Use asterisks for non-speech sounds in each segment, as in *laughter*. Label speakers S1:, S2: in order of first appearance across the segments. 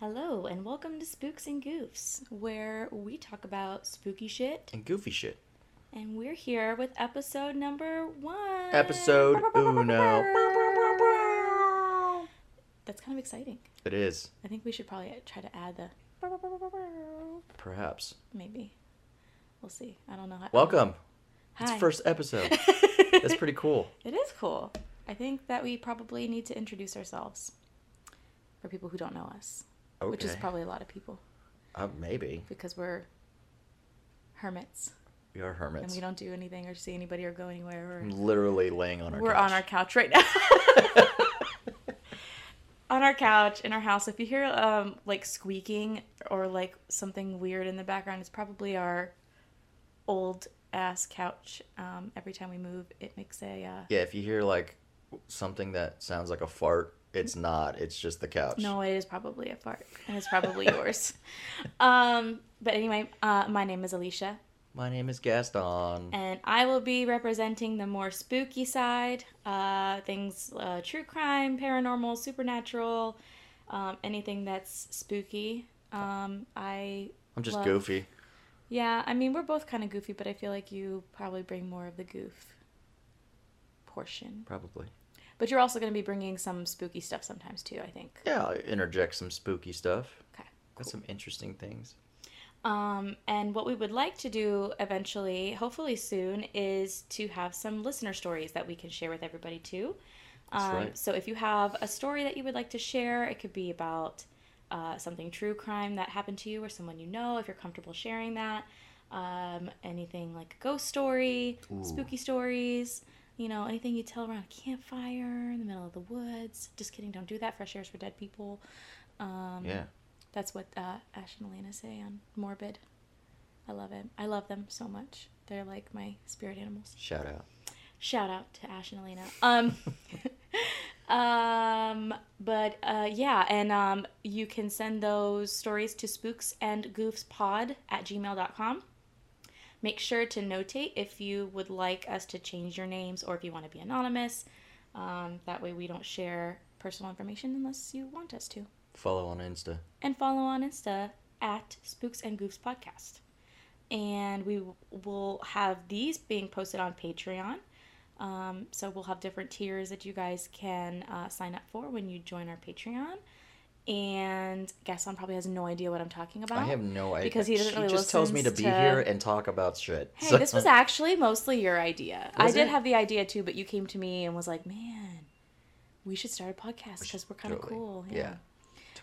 S1: welcome to Spooks and Goofs, where we talk about spooky shit,
S2: and goofy shit.
S1: and we're here with episode number one.
S2: Episode uno.
S1: That's kind of exciting.
S2: It is,
S1: I think we should probably try to add the
S2: perhaps.
S1: maybe. We'll see. I don't know how.
S2: Welcome. It's
S1: Hi. *laughs*
S2: first episode. That's pretty cool.
S1: It is cool. I think that we probably need to introduce ourselves for people who don't know us,
S2: Okay.
S1: *laughs* which is probably a lot of people
S2: uh, maybe
S1: because we're hermits
S2: we are
S1: and
S2: hermits.
S1: we don't do anything or see anybody or go anywhere.
S2: I'm
S1: Or...
S2: literally laying on Mm, our.
S1: We're on our
S2: couch.
S1: couch right now. *laughs* on our couch in our house. If you hear um, like squeaking or like something weird in the background, it's probably our old ass couch. Um, every time we move, it makes a uh,
S2: Yeah, if you hear like something that sounds like a fart, it's not. It's just the couch.
S1: No, it is probably a fart, and it's probably yours. *laughs* Um, but anyway, uh, my name is Alicia,
S2: My name is Gaston.
S1: and I will be representing the more spooky side, uh, things uh, true crime, paranormal, supernatural, um, anything that's spooky. Um, I
S2: I'm just
S1: love-
S2: goofy.
S1: yeah, I mean we're both kind of goofy, but I feel like you probably bring more of the goof portion.
S2: Probably.
S1: But you're also going to be bringing some spooky stuff sometimes too. I think.
S2: Yeah, I'll interject some spooky stuff.
S1: Okay.
S2: Got some interesting things.
S1: Um, and what we would like to do eventually, hopefully soon, is to have some listener stories that we can share with everybody too.
S2: That's
S1: um,
S2: right.
S1: So if you have a story that you would like to share, it could be about uh, something true crime that happened to you or someone you know, if you're comfortable sharing that. Um, anything like a ghost story,
S2: Ooh.
S1: spooky stories, you know, anything you tell around a campfire in the middle of the woods. Just kidding, don't do that. Fresh air's for dead people. Um,
S2: Yeah.
S1: that's what uh, Ash and Elena say on Morbid. I love it. I love them so much. They're like my spirit animals.
S2: Shout out.
S1: Shout out to Ash and Elena. Um, *laughs* um, but uh, yeah, and um, you can send those stories to spooksandgoofspod at gmail.com. Make sure to notate if you would like us to change your names or if you want to be anonymous. Um, that way we don't share personal information unless you want us to
S2: Follow on Insta.
S1: and follow on Insta at Spooks and Goofs Podcast. And we w- will have these being posted on Patreon. Um, so we'll have different tiers that you guys can uh, sign up for when you join our Patreon. And Gaston probably has no idea what I'm talking about.
S2: I have no idea.
S1: because he doesn't really
S2: just tells me to
S1: listens
S2: be
S1: to-
S2: here and talk about shit.
S1: Hey,
S2: *laughs* So-
S1: this was actually mostly your idea. I
S2: Was
S1: did
S2: it?
S1: have the idea too, but you came to me and was like, "Man, we should start a podcast
S2: should
S1: because we're kind of
S2: totally.
S1: cool."
S2: Yeah.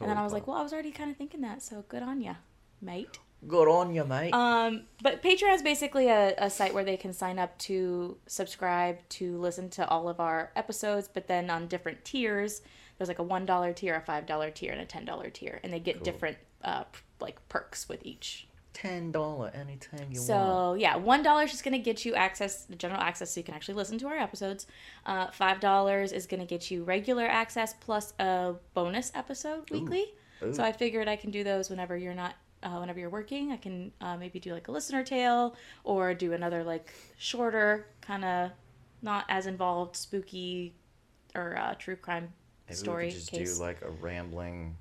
S1: and then I was
S2: totally
S1: like, "Well, I was already kind of thinking that, so good on ya, mate."
S2: Good on you, mate.
S1: Um, but Patreon is basically a, a site where they can sign up to subscribe to listen to all of our episodes, but then on different tiers. There's like a one dollar tier, a five dollar tier, and a ten dollar tier, and they get
S2: Cool.
S1: different uh, p- like perks with each.
S2: Ten dollar anytime you want.
S1: So yeah, one dollar is just gonna get you access, general access, so you can actually listen to our episodes. Uh, Five dollars is gonna get you regular access plus a bonus episode weekly.
S2: Ooh.
S1: So I figured I can do those whenever you're not, uh, whenever you're working. I can uh, maybe do like a listener tale or do another like shorter, kind of not as involved, spooky or uh, true crime
S2: Maybe
S1: story
S2: we could just
S1: case.
S2: do like a rambling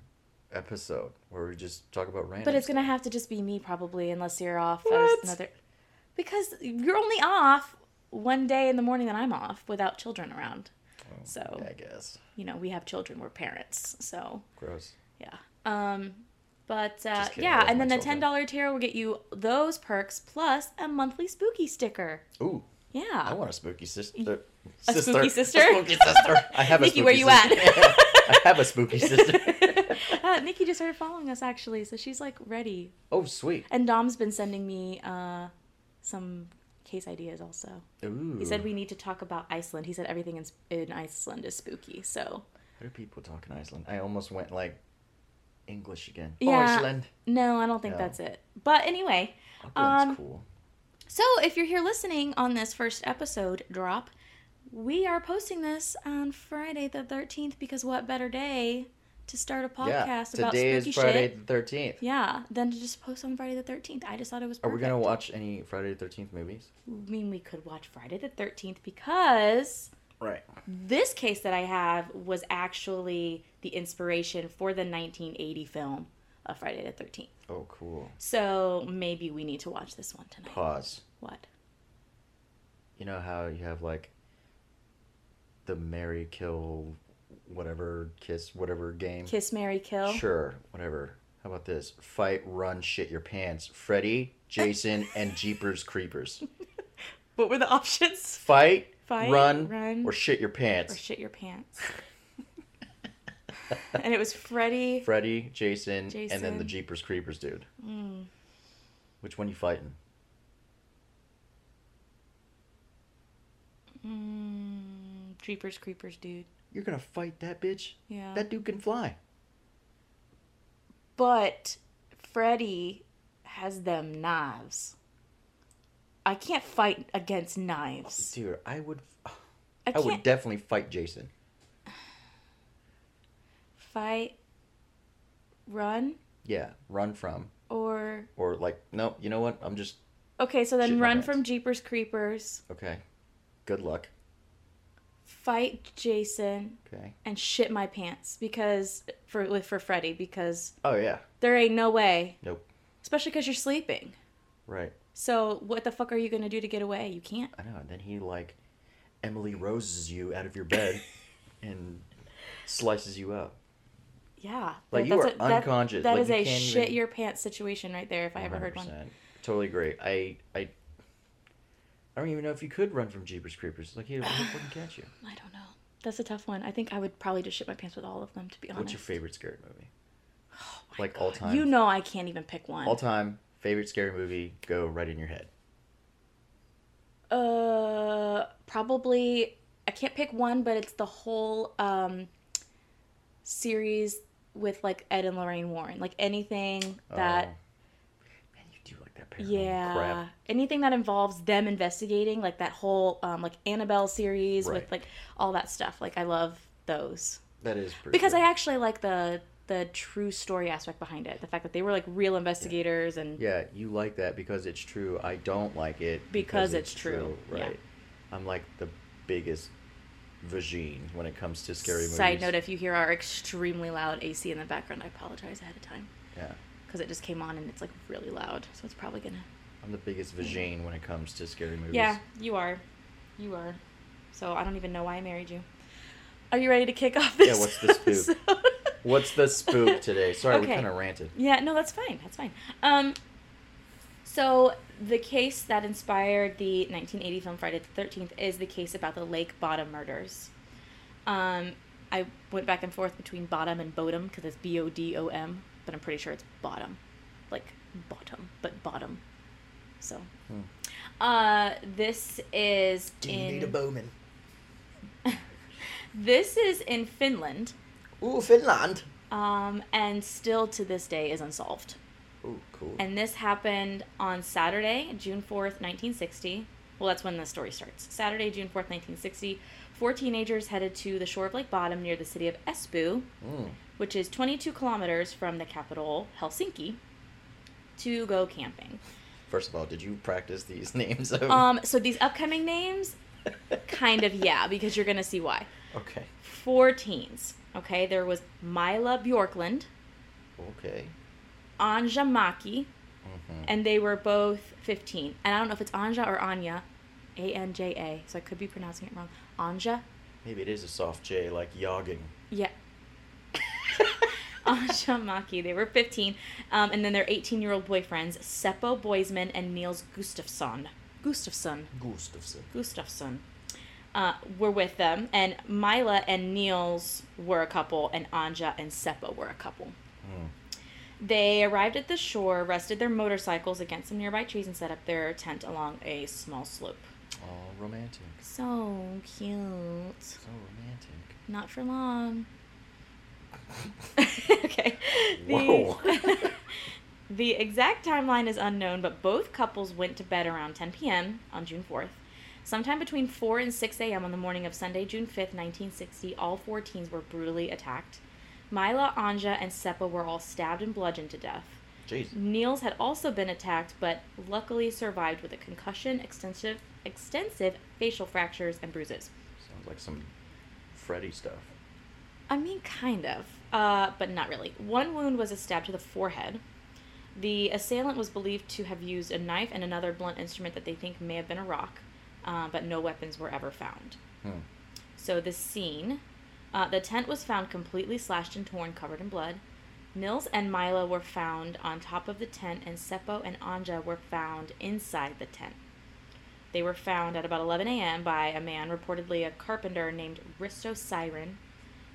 S2: episode where we just talk about random.
S1: But it's gonna
S2: stuff.
S1: have to just be me probably, unless you're off as
S2: What?
S1: another. Because you're only off one day in the morning that I'm off without children around.
S2: Oh,
S1: so-
S2: yeah, I guess
S1: You know, we have children, we're parents, so
S2: gross.
S1: yeah. Um, but uh,
S2: Just kidding, I
S1: yeah,
S2: love
S1: and
S2: my
S1: then the ten
S2: children.
S1: dollar tier will get you those perks plus a monthly spooky sticker.
S2: Ooh,
S1: Yeah.
S2: I want a spooky sis- uh, sister.
S1: A spooky sister?
S2: A spooky
S1: *laughs*
S2: sister. I have
S1: Nikki,
S2: a spooky
S1: where you
S2: sister.
S1: at?
S2: *laughs* I have a
S1: *laughs*
S2: spooky sister.
S1: *laughs* uh, Nikki just started following us actually, so she's like ready.
S2: Oh, sweet.
S1: And Dom's been sending me uh, some case ideas also.
S2: Ooh.
S1: He said we need to talk about Iceland. He said everything in, in Iceland is spooky. So
S2: How do people talk in Iceland? I almost went like English again.
S1: Yeah.
S2: Iceland.
S1: no, I don't think
S2: No.
S1: that's it. But anyway,
S2: Auckland's
S1: Um,
S2: cool.
S1: so if you're here listening on this first episode drop, we are posting this on Friday the 13th because what better day to start a podcast
S2: yeah.
S1: about
S2: Today
S1: spooky
S2: is Friday
S1: shit?
S2: the thirteenth.
S1: Yeah, than to just post on Friday the 13th. I just thought it was
S2: Are
S1: perfect.
S2: we gonna watch any Friday the Thirteenth movies?
S1: I mean, we could watch Friday the 13th because
S2: Right.
S1: this case that I have was actually the inspiration for the 1980 film of Friday the 13th.
S2: Oh, cool.
S1: So maybe we need to watch this one tonight.
S2: Pause.
S1: What?
S2: You know how you have like the Mary Kill, whatever kiss, whatever game.
S1: Kiss, Mary, Kill?
S2: Sure, whatever. How about this? Fight, run, shit your pants. Freddy,
S1: *laughs*
S2: Jason, and Jeepers Creepers.
S1: What were the options?
S2: Fight,
S1: Fight,
S2: run,
S1: run,
S2: or shit your
S1: Or
S2: pants.
S1: shit your pants. *laughs* and it was Freddy.
S2: Freddy, Jason, and then the
S1: Jason.
S2: Jeepers Creepers dude. Which one you fighting?
S1: Mm, Jeepers Creepers, dude.
S2: You're gonna fight that bitch.
S1: Yeah.
S2: That dude can fly.
S1: But Freddy has them knives. I can't fight against knives.
S2: Dude, I would.
S1: I
S2: I
S1: can't
S2: would definitely fight Jason.
S1: fight, run,
S2: Yeah, run from
S1: or.
S2: or like no. You know what? I'm just
S1: Okay, so
S2: Shit
S1: then
S2: my
S1: run
S2: pants.
S1: from Jeepers Creepers,
S2: okay. Good luck.
S1: fight Jason,
S2: Okay.
S1: and shit my pants because for with for Freddy because
S2: Oh yeah.
S1: there ain't no way,
S2: Nope.
S1: especially because you're sleeping.
S2: Right.
S1: So what the fuck are you gonna do to get away? You can't.
S2: I know. And then he like Emily roses you out of
S1: *laughs*
S2: your bed and slices you up.
S1: Yeah,
S2: Like,
S1: that-
S2: you
S1: that's
S2: are
S1: a- that-
S2: unconscious,
S1: That
S2: like,
S1: is
S2: you
S1: a
S2: can't
S1: shit
S2: even-
S1: your pants situation right there. If I ever heard one.
S2: 100%. Totally agree. I I I don't even know if you could run from Jeepers Creepers. Like
S1: *sighs*
S2: he would fucking catch you.
S1: I don't know. That's a tough one. I think I would probably just shit my pants with all of them, to be honest. Oh
S2: What's your favorite scary movie? like all time.
S1: You know I can't even pick one.
S2: All time favorite scary movie. Go right in your head.
S1: Uh, probably I can't pick one, but it's the whole um series with like Ed and Lorraine Warren. Like anything that
S2: Oh. Man, you do like that paranormal
S1: yeah,
S2: crap.
S1: anything that involves them investigating, like that whole um like Annabelle series
S2: Right.
S1: with like all that stuff. Like I love those
S2: That is pretty.
S1: because
S2: good.
S1: I actually like the the true story aspect behind it. The fact that they were like real investigators and
S2: Yeah, you like that because it's true. I don't like it
S1: Because it's true, yeah.
S2: Right. I'm like the biggest vagine when it comes to scary movies.
S1: Side note: If you hear our extremely loud AC in the background, I apologize ahead of time
S2: Yeah.
S1: because it just came on and it's like really loud, so it's probably gonna.
S2: I'm the biggest vagine when it comes to scary movies.
S1: Yeah, you are, you are. So I don't even know why I married you. Are you ready to kick off this?
S2: what's the spook?
S1: episode?
S2: *laughs* What's the spook today? Sorry, we
S1: Okay.
S2: kind of ranted.
S1: Yeah, no, that's fine. That's fine. Um, so the case that inspired the 1980 film Friday the 13th is the case about the Lake Bottom murders. Um, I went back and forth between Bottom and Bodom because it's B O D O M, but I'm pretty sure it's Bottom, like bottom, but Bottom. So,
S2: Hmm.
S1: uh, this is in
S2: Bowman?
S1: *laughs* this is in Finland,
S2: Ooh, Finland.
S1: um, and still to this day is unsolved.
S2: Ooh, cool.
S1: And this happened on Saturday, June 4th, 1960. Well, that's when the story starts. Saturday, June 4th, 1960, four teenagers headed to the shore of Lake Bottom near the city of Espoo,
S2: Mm.
S1: which is 22 kilometers from the capital, Helsinki, to go camping.
S2: First of all, did you practice these *laughs* names? Of...
S1: Um, so
S2: *laughs*
S1: these upcoming names, kind of, yeah, because you're going to see why.
S2: Okay.
S1: Four teens, okay? There was Mila Bjorklund,
S2: Okay.
S1: Anja Maki,
S2: hmm
S1: and they were both 15. And I don't know if it's Anja or Anya, A N J A, so I could be pronouncing it wrong. Anja?
S2: Maybe it is a soft J, like yogging.
S1: Yeah. Anja Maki. They were 15. Um, and then their 18 year old boyfriends, Seppo Boisman and Niels Gustafsson. Gustafsson.
S2: Gustafsson.
S1: Gustafsson. Uh, were with them, and Mila and Niels were a couple, and Anja and Seppo were a couple.
S2: Mm.
S1: They arrived at the shore, rested their motorcycles against some nearby trees, and set up their tent along a small slope.
S2: All Oh, romantic.
S1: So cute.
S2: So
S1: *laughs*
S2: romantic.
S1: Not for long. *laughs* okay. The,
S2: Whoa.
S1: *laughs* the exact timeline is unknown, but both couples went to bed around 10 p.m. on June 4th. Sometime between 4 and 6 a.m. on the morning of Sunday, June 5th, 1960, all four teens were brutally attacked. Mila, Anja, and Seppa were all stabbed and bludgeoned to death.
S2: Jeez.
S1: Niels had also been attacked, but luckily survived with a concussion, extensive, extensive facial fractures, and bruises.
S2: Sounds like some Freddy stuff.
S1: I mean, kind of. uh, but not really. One wound was a stab to the forehead. The assailant was believed to have used a knife and another blunt instrument that they think may have been a rock, uh, but no weapons were ever found.
S2: Hmm.
S1: So the scene, uh, the tent was found completely slashed and torn, covered in blood. Nils and Milo were found on top of the tent, and Seppo and Anja were found inside the tent. They were found at about 11 a.m. by a man, reportedly a carpenter named Risto Siren,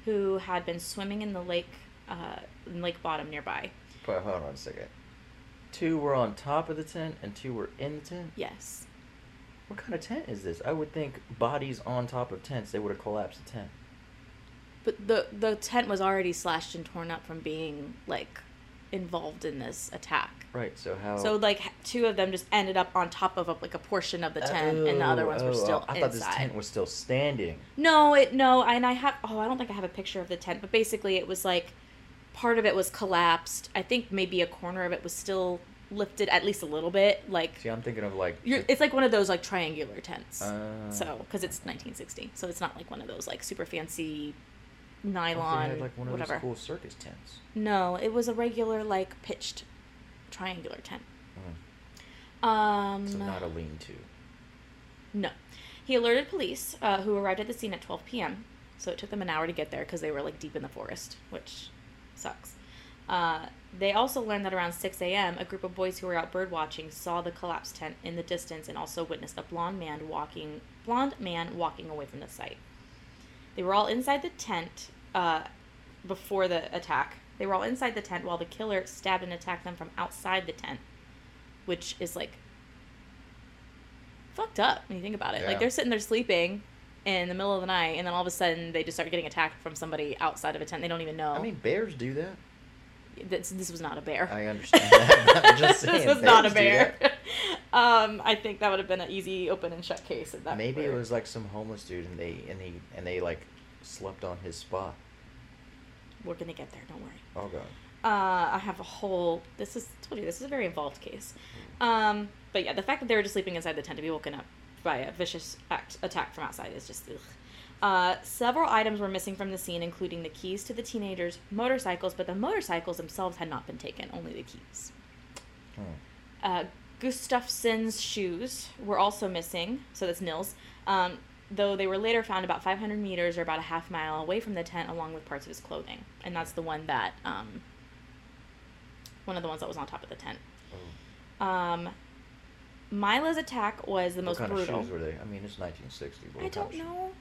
S1: who had been swimming in the lake, uh, in lake bottom nearby.
S2: But hold on a second. Two were on top of the tent and two were in the tent.
S1: Yes.
S2: What kind of tent is this? I would think bodies on top of tents, they would have collapsed the tent.
S1: But the the tent was already slashed and torn up from being like involved in this attack.
S2: Right, so how.
S1: So like h- two of them just ended up on top of a, like a portion of the tent, and the other
S2: Oh,
S1: ones were
S2: oh,
S1: still
S2: I
S1: inside.
S2: thought this tent was still standing.
S1: No, it no, and I have oh, I don't think I have a picture of the tent, but basically it was like part of it was collapsed. I think maybe a corner of it was still lifted at least a little bit. Like
S2: See, I'm thinking of like.
S1: you're,
S2: the-
S1: it's like one of those like triangular tents.
S2: Ah.
S1: so because it's 1960, so it's not like one of those like super fancy
S2: I thought
S1: nylon
S2: They had like one of
S1: whatever.
S2: those cool circus tents.
S1: No, it was a regular like pitched triangular tent.
S2: Mm.
S1: Um,
S2: So not a lean-to.
S1: No. He alerted police, uh, who arrived at the scene at 12 p.m. So it took them an hour to get there because they were like deep in the forest, which sucks. Uh, they also learned that around 6 a.m., a group of boys who were out bird watching saw the collapsed tent in the distance and also witnessed a blonde man walking blonde man walking away from the site. They were all inside the tent uh, before the attack. They were all inside the tent while the killer stabbed and attacked them from outside the tent, which is like fucked up when you think about it.
S2: Yeah.
S1: Like they're sitting there sleeping in the middle of the night, and then all of a sudden they just start getting attacked from somebody outside of a tent they don't even know.
S2: I mean, bears do that.
S1: this, this was not a bear.
S2: I understand that. I'm
S1: *laughs*
S2: just
S1: this
S2: saying.
S1: was not a
S2: bears
S1: bear.
S2: do that.
S1: *laughs* um, I think that would have been an easy open and shut case at that.
S2: Maybe it
S1: were-
S2: was like some homeless dude, and they and he and they like slept on his spot.
S1: We're gonna get there. Don't worry.
S2: Oh god.
S1: uh, I have a whole. This is I told you this is a very involved case, um, but yeah, the fact that they were just sleeping inside the tent to be woken up by a vicious act, attack from outside is just ugh. Uh, several items were missing from the scene, including the keys to the teenagers' motorcycles, but the motorcycles themselves had not been taken, only the keys.
S2: Hmm.
S1: Uh, Gustafsson's shoes were also missing, so that's Nils, um, though they were later found about 500 meters or about a half mile away from the tent, along with parts of his clothing. And that's the one that, um, one of the ones that was on top of the tent.
S2: Oh.
S1: Um, Milo's attack was the most
S2: what kind
S1: brutal.
S2: of shoes were they? I mean, it's 1960. but
S1: I
S2: what kind
S1: don't
S2: of shoes-
S1: know.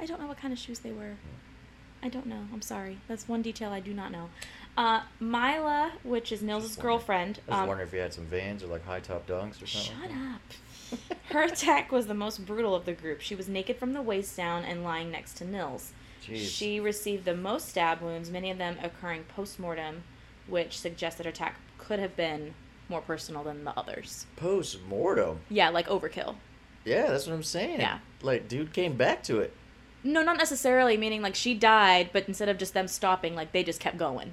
S1: I don't know what kind of shoes they were.
S2: Hmm.
S1: I don't know. I'm sorry. That's one detail I do not know. Uh, Mila, which is Nils'
S2: Just wondering.
S1: girlfriend.
S2: I was
S1: um,
S2: wondering if you had some Vans or like high top dunks or something.
S1: Shut up. *laughs* Her attack was the most brutal of the group. She was naked from the waist down and lying next to Nils.
S2: Jeez.
S1: She received the most stab wounds, many of them occurring post mortem, which suggests that her attack could have been more personal than the others.
S2: Post mortem.
S1: Yeah, like overkill.
S2: Yeah, that's what I'm saying.
S1: Yeah.
S2: Like, dude came back to it.
S1: No, not necessarily, meaning like she died, but instead of just them stopping, like they just kept going.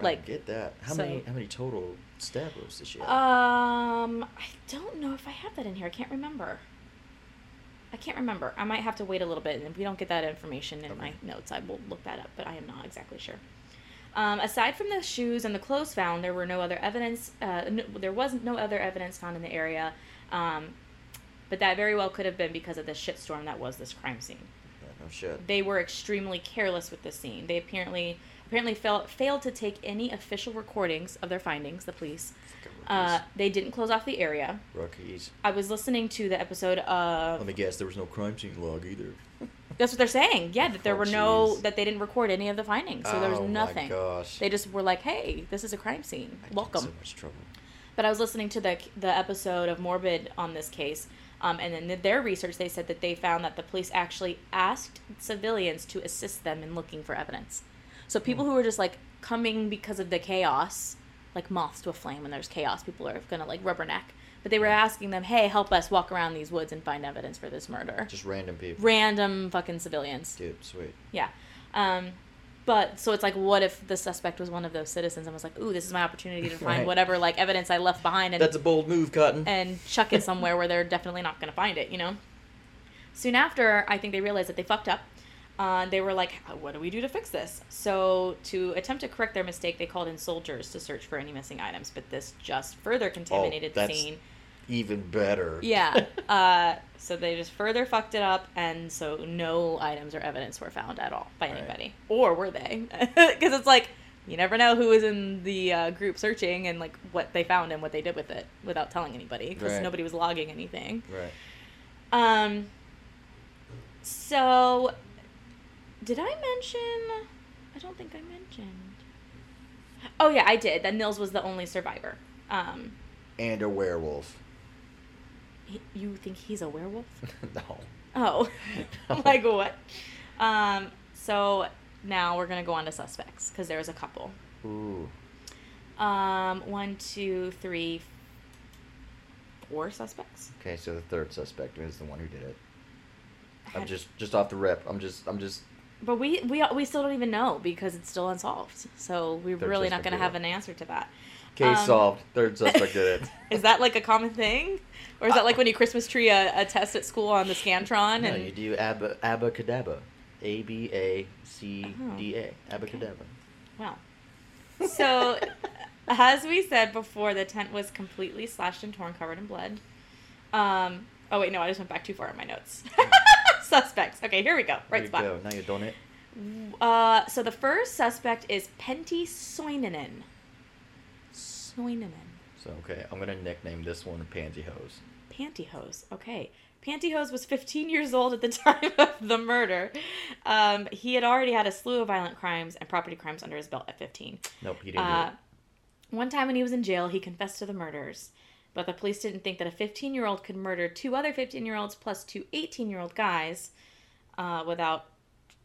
S2: I
S1: Like,
S2: get that. How
S1: so-
S2: many? How many total stab wounds did she have?
S1: Um, I don't know if I have that in here. I can't remember. I can't remember. I might have to wait a little bit, and if we don't get that information in my
S2: Okay.
S1: notes, I will look that up. But I am not exactly sure. Um, aside from the shoes and the clothes found, there were no other evidence. Uh, no, there was no other evidence found in the area, um, but that very well could have been because of the shitstorm that was this crime scene
S2: Yeah, no shit.
S1: they were extremely careless with this scene. They apparently apparently fail, failed to take any official recordings of their findings. The police.
S2: Fucking
S1: Uh,
S2: rookies.
S1: they didn't close off the area.
S2: Rookies.
S1: I was listening to the episode
S2: Let
S1: of.
S2: me guess, there was no crime scene log either.
S1: That's what they're saying. Yeah, that there
S2: Oh,
S1: were no
S2: jeez.
S1: that they didn't record any of the findings, so there was
S2: Oh my
S1: nothing.
S2: gosh.
S1: They just were like, "Hey, this is a crime scene.
S2: I'd get in
S1: Welcome."
S2: So much trouble.
S1: But I was listening to the the episode of Morbid on this case, um, and in their research, they said that they found that the police actually asked civilians to assist them in looking for evidence. So people
S2: Hmm.
S1: who were just like coming because of the chaos, like moths to a flame when there's chaos, people are gonna like rubberneck. But they were asking them, "Hey, help us walk around these woods and find evidence for this murder."
S2: Just random people.
S1: Random fucking civilians.
S2: Dude, sweet.
S1: Yeah. Um, but so it's like, what if the suspect was one of those citizens and was like, "Ooh, this is my opportunity
S2: *laughs*
S1: to find
S2: Right.
S1: whatever like evidence I left behind," and
S2: That's a bold move, Cotton.
S1: and chuck it somewhere where they're definitely not going to find it, you know? Soon after, I think they realized that they fucked up. Uh, they were like, what do we do to fix this? So, to attempt to correct their mistake, they called in soldiers to search for any missing items, but this just further
S2: *laughs*
S1: contaminated the
S2: Oh, that's-
S1: scene.
S2: Even better. *laughs*
S1: Yeah. uh, so, they just further fucked it up, and so no items or evidence were found at all by
S2: Right.
S1: anybody. Or were they? *laughs* Because it's like, you never know who was in the uh, group searching and like what they found and what they did with it without telling anybody because
S2: Right.
S1: nobody was logging anything.
S2: Right.
S1: Um. So, did I mention? I don't think I mentioned. Oh yeah, I did. That Nils was the only survivor. Um,
S2: And a werewolf. *laughs*
S1: he- you think he's a werewolf?
S2: no. *laughs*
S1: Oh, *laughs*
S2: No.
S1: like what? Um. So now we're gonna go on to suspects because there was a couple.
S2: Ooh.
S1: Um, one, two, three, four suspects.
S2: Okay, so the third suspect is the one who did it. I'm
S1: Had-
S2: just just off the rep. I'm just I'm just
S1: But we we we still don't even know because it's still unsolved. So we're
S2: They're
S1: really
S2: just
S1: not going to
S2: gonna do
S1: have
S2: it.
S1: an answer to that.
S2: case
S1: Um,
S2: solved.
S1: *laughs*
S2: Third suspect did it. Uh,
S1: Is that like a common thing, or is that like when you Christmas tree a, a test at school on the scantron
S2: No,
S1: and
S2: you do ab- abacadabra. A B A C D
S1: Oh,
S2: A.
S1: okay.
S2: Abacadabra.
S1: wow?
S2: *laughs*
S1: So, uh-huh. as we said before, the tent was completely slashed and torn, covered in blood. Um. Oh wait, no, I just went back too far in my notes. *laughs* Suspects. Okay, here we go.
S2: There
S1: Right
S2: you
S1: spot.
S2: go. Now you're doing it.
S1: Uh, so the first suspect is Pentti Soininen. Soininen.
S2: So okay, I'm gonna nickname this one Pantyhose.
S1: Pantyhose. Okay. Pantyhose was 15 years old at the *laughs* time of the murder. Um, he had already had a slew of violent crimes and property crimes under his belt at 15.
S2: Nope, he didn't
S1: Uh,
S2: do it.
S1: one time when he was in jail, he confessed to the murders, but the police didn't think that a 15 year old could murder two other 15 year olds plus two 18 year old guys uh, without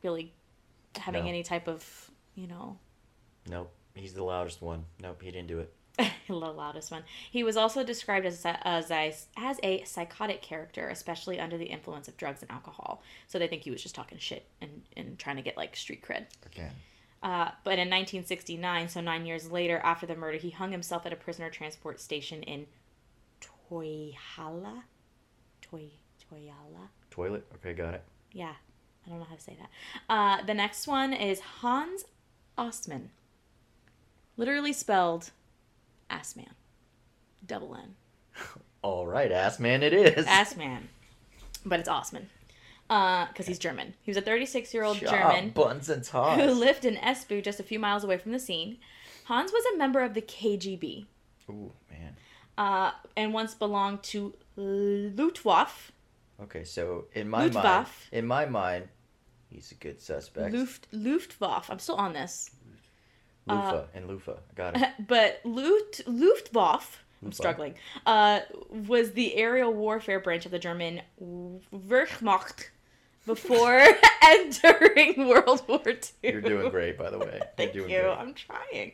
S1: really having
S2: No.
S1: any type of, you know, *laughs*
S2: Nope, he's the loudest one. Nope, he didn't do it.
S1: the loudest one. He was also described as a, as a as a psychotic character, especially under the influence of drugs and alcohol. So they think he was just talking shit and, and trying to get like street cred.
S2: Again.
S1: Uh, but in 1969, so nine years later after the murder, he hung himself at a prisoner transport station in Toyhala. Toy Toyhala.
S2: Toilet. Okay, got it.
S1: Yeah, I don't know how to say that. Uh, the next one is Hans Ostman. Literally spelled ass man. Double N.
S2: All right, ass man, it is.
S1: Ass man. But it's Osman. Because he's German. He was a 36 year old
S2: Shut
S1: German
S2: up,
S1: *laughs*
S2: Buns and tots.
S1: who lived in Espoo, just a few miles away from the scene. Hans was a member of the KGB
S2: Ooh man.
S1: uh, and once belonged to Luftwaffe.
S2: Okay, so in my mind,
S1: Luftwaffe.
S2: in my mind, he's a good suspect.
S1: Luft, Luftwaffe. I'm still on this.
S2: Lufa
S1: Uh,
S2: and Lufa. Got it.
S1: but Luft, Luftwaffe, I'm
S2: Luftwaffe.
S1: struggling, uh, was the aerial warfare branch of the German Wehrmacht
S2: *laughs*
S1: before entering World War II. *laughs*
S2: You're doing great, by the way.
S1: Thank
S2: You're
S1: you.
S2: doing great.
S1: I'm trying.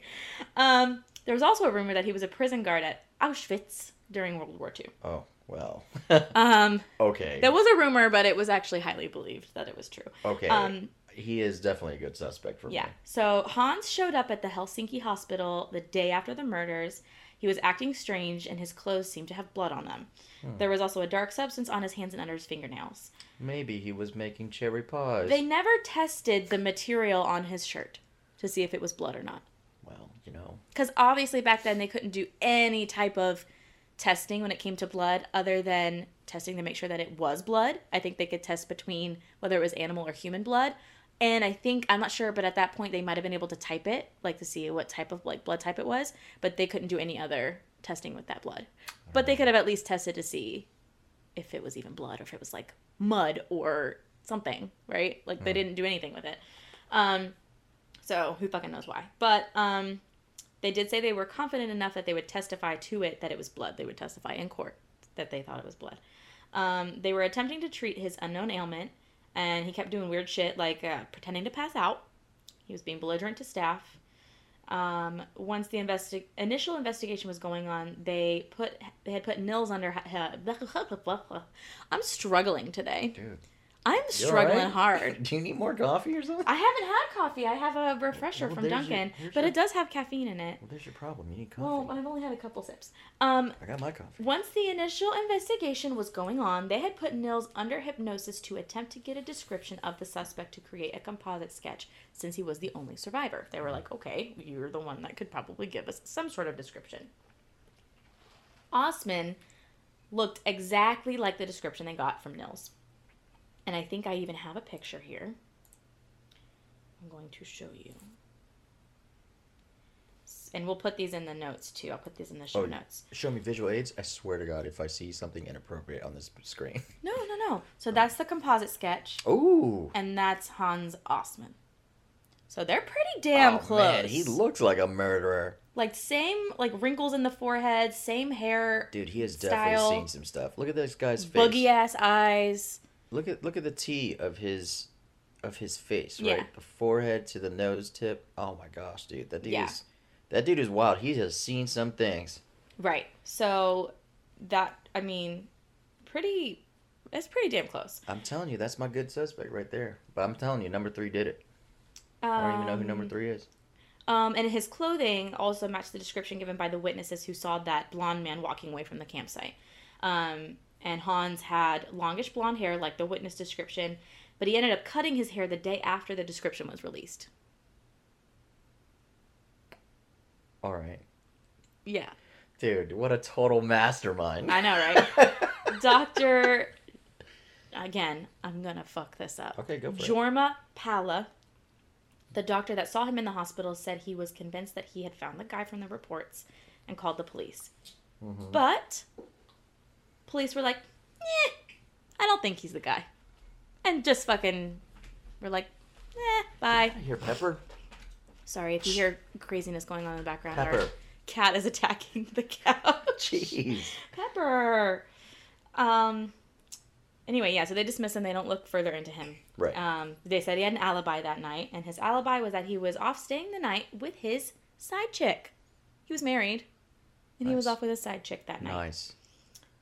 S1: Um, there was also a rumor that he was a prison guard at Auschwitz during World War II.
S2: Oh well. *laughs*
S1: Um,
S2: okay.
S1: there was a rumor, but it was actually highly believed that it was true.
S2: okay.
S1: um,
S2: he is definitely a good suspect for
S1: Yeah.
S2: me.
S1: So Hans showed up at the Helsinki hospital the day after the murders. He was acting strange, and his clothes seemed to have blood on them. There was also a dark substance on his hands and under his fingernails.
S2: Maybe he was making cherry pies.
S1: They never tested the material on his shirt to see if it was blood or not.
S2: Well, you know.
S1: because obviously back then they couldn't do any type of testing when it came to blood other than testing to make sure that it was blood i think they could test between whether it was animal or human blood and i think i'm not sure but at that point they might have been able to type it like to see what type of like blood type it was but they couldn't do any other testing with that blood but they could have at least tested to see if it was even blood or if it was like mud or something right like they didn't do anything with it um so who fucking knows why but um they did say they were confident enough that they would testify to it that it was blood. They would testify in court that they thought it was blood. Um, they were attempting to treat his unknown ailment, and he kept doing weird shit like uh, pretending to pass out. He was being belligerent to staff. Um, once the investi- initial investigation was going on, they put *laughs* they had put Nils under. I'm struggling today.
S2: Dude.
S1: I'm
S2: You
S1: struggling
S2: alright?
S1: hard.
S2: *laughs* Do you need more coffee or something?
S1: I haven't had coffee. I have a refresher
S2: Well,
S1: from
S2: there's your-
S1: Dunkin',
S2: there's
S1: but
S2: your-
S1: it does have caffeine in it.
S2: Well, there's your problem. You need coffee.
S1: Well, I've only had a couple sips. Um,
S2: I got my coffee.
S1: once the initial investigation was going on, they had put Nils under hypnosis to attempt to get a description of the suspect to create a composite sketch since he was the only survivor. They were like, okay, you're the one that could probably give us some sort of description. Osman looked exactly like the description they got from Nils. And I think I even have a picture here. I'm going to show you. S- And we'll put these in the notes too. I'll put these in the show
S2: Oh,
S1: notes.
S2: Show me visual aids. I swear to God, if I see something inappropriate on this screen. *laughs*
S1: No, no, no.
S2: Oh.
S1: So that's the composite sketch,
S2: Ooh.
S1: and that's Hans Osman. So they're pretty damn
S2: Oh,
S1: close.
S2: Man, he looks like a murderer.
S1: like same, like wrinkles in the forehead, same hair,
S2: Dude, he has definitely
S1: Style.
S2: seen some stuff. Look at this guy's face.
S1: boogie ass eyes.
S2: Look at look at the T of his of his face,
S1: Yeah.
S2: right? The forehead to the nose tip. Oh my gosh, dude. That dude
S1: Yeah.
S2: is that dude is wild. He has seen some things.
S1: Right. So that I mean, pretty. It's pretty damn close.
S2: I'm telling you, that's my good suspect right there. But I'm telling you, number three did it. I don't even know who number
S1: Um,
S2: three is.
S1: Um, and his clothing also matched the description given by the witnesses who saw that blonde man walking away from the campsite. Um, and Hans had longish blonde hair, like the witness description, but he ended up cutting his hair the day after the description was released.
S2: All right.
S1: Yeah,
S2: Dude, what a total
S1: *laughs*
S2: mastermind.
S1: I know, right? Doctor, again, I'm gonna fuck this up.
S2: Okay, go for it.
S1: Jorma Pala, the doctor that saw him in the hospital, said he was convinced that he had found the guy from the reports and called the police.
S2: Mhm.
S1: But police were like, "Eh, I don't think he's the guy," and just fucking were like, "Eh, bye."
S2: I hear Pepper.
S1: Sorry if you hear craziness going on in the background. Our
S2: Pepper.
S1: cat is attacking the couch.
S2: Jeez.
S1: *laughs* Pepper. Um. Anyway, yeah. So they dismiss him. They don't look further into him.
S2: Right.
S1: Um. They said he had an alibi that night, and his alibi was that he was off staying the night with his side chick. He was married, and he was
S2: Nice.
S1: off with his side chick that night.
S2: nice.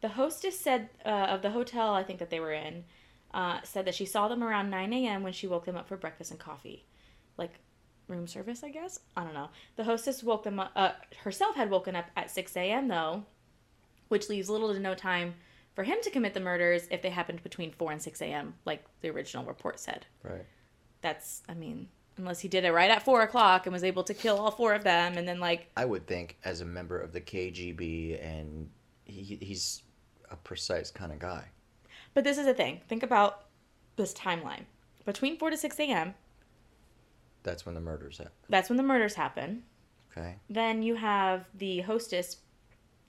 S1: The hostess said uh, of the hotel, I think that they were in, uh, said that she saw them around 9 a.m. when she woke them up for breakfast and coffee, like room service, I guess. I don't know. The hostess woke them up. Uh, herself had woken up at 6 a.m. though, which leaves little to no time for him to commit the murders if they happened between 4 and 6 a.m. Like the original report said.
S2: Right.
S1: That's, I mean, unless he did it right at 4 o'clock and was able to kill all four of them, and then like,
S2: I would think as a member of the KGB and he, he's a precise kind of guy.
S1: But this is the thing. Think about this timeline. Between 4 to 6 a.m.,
S2: That's when the murders happen.
S1: that's when the murders happen.
S2: Okay.
S1: Then you have the hostess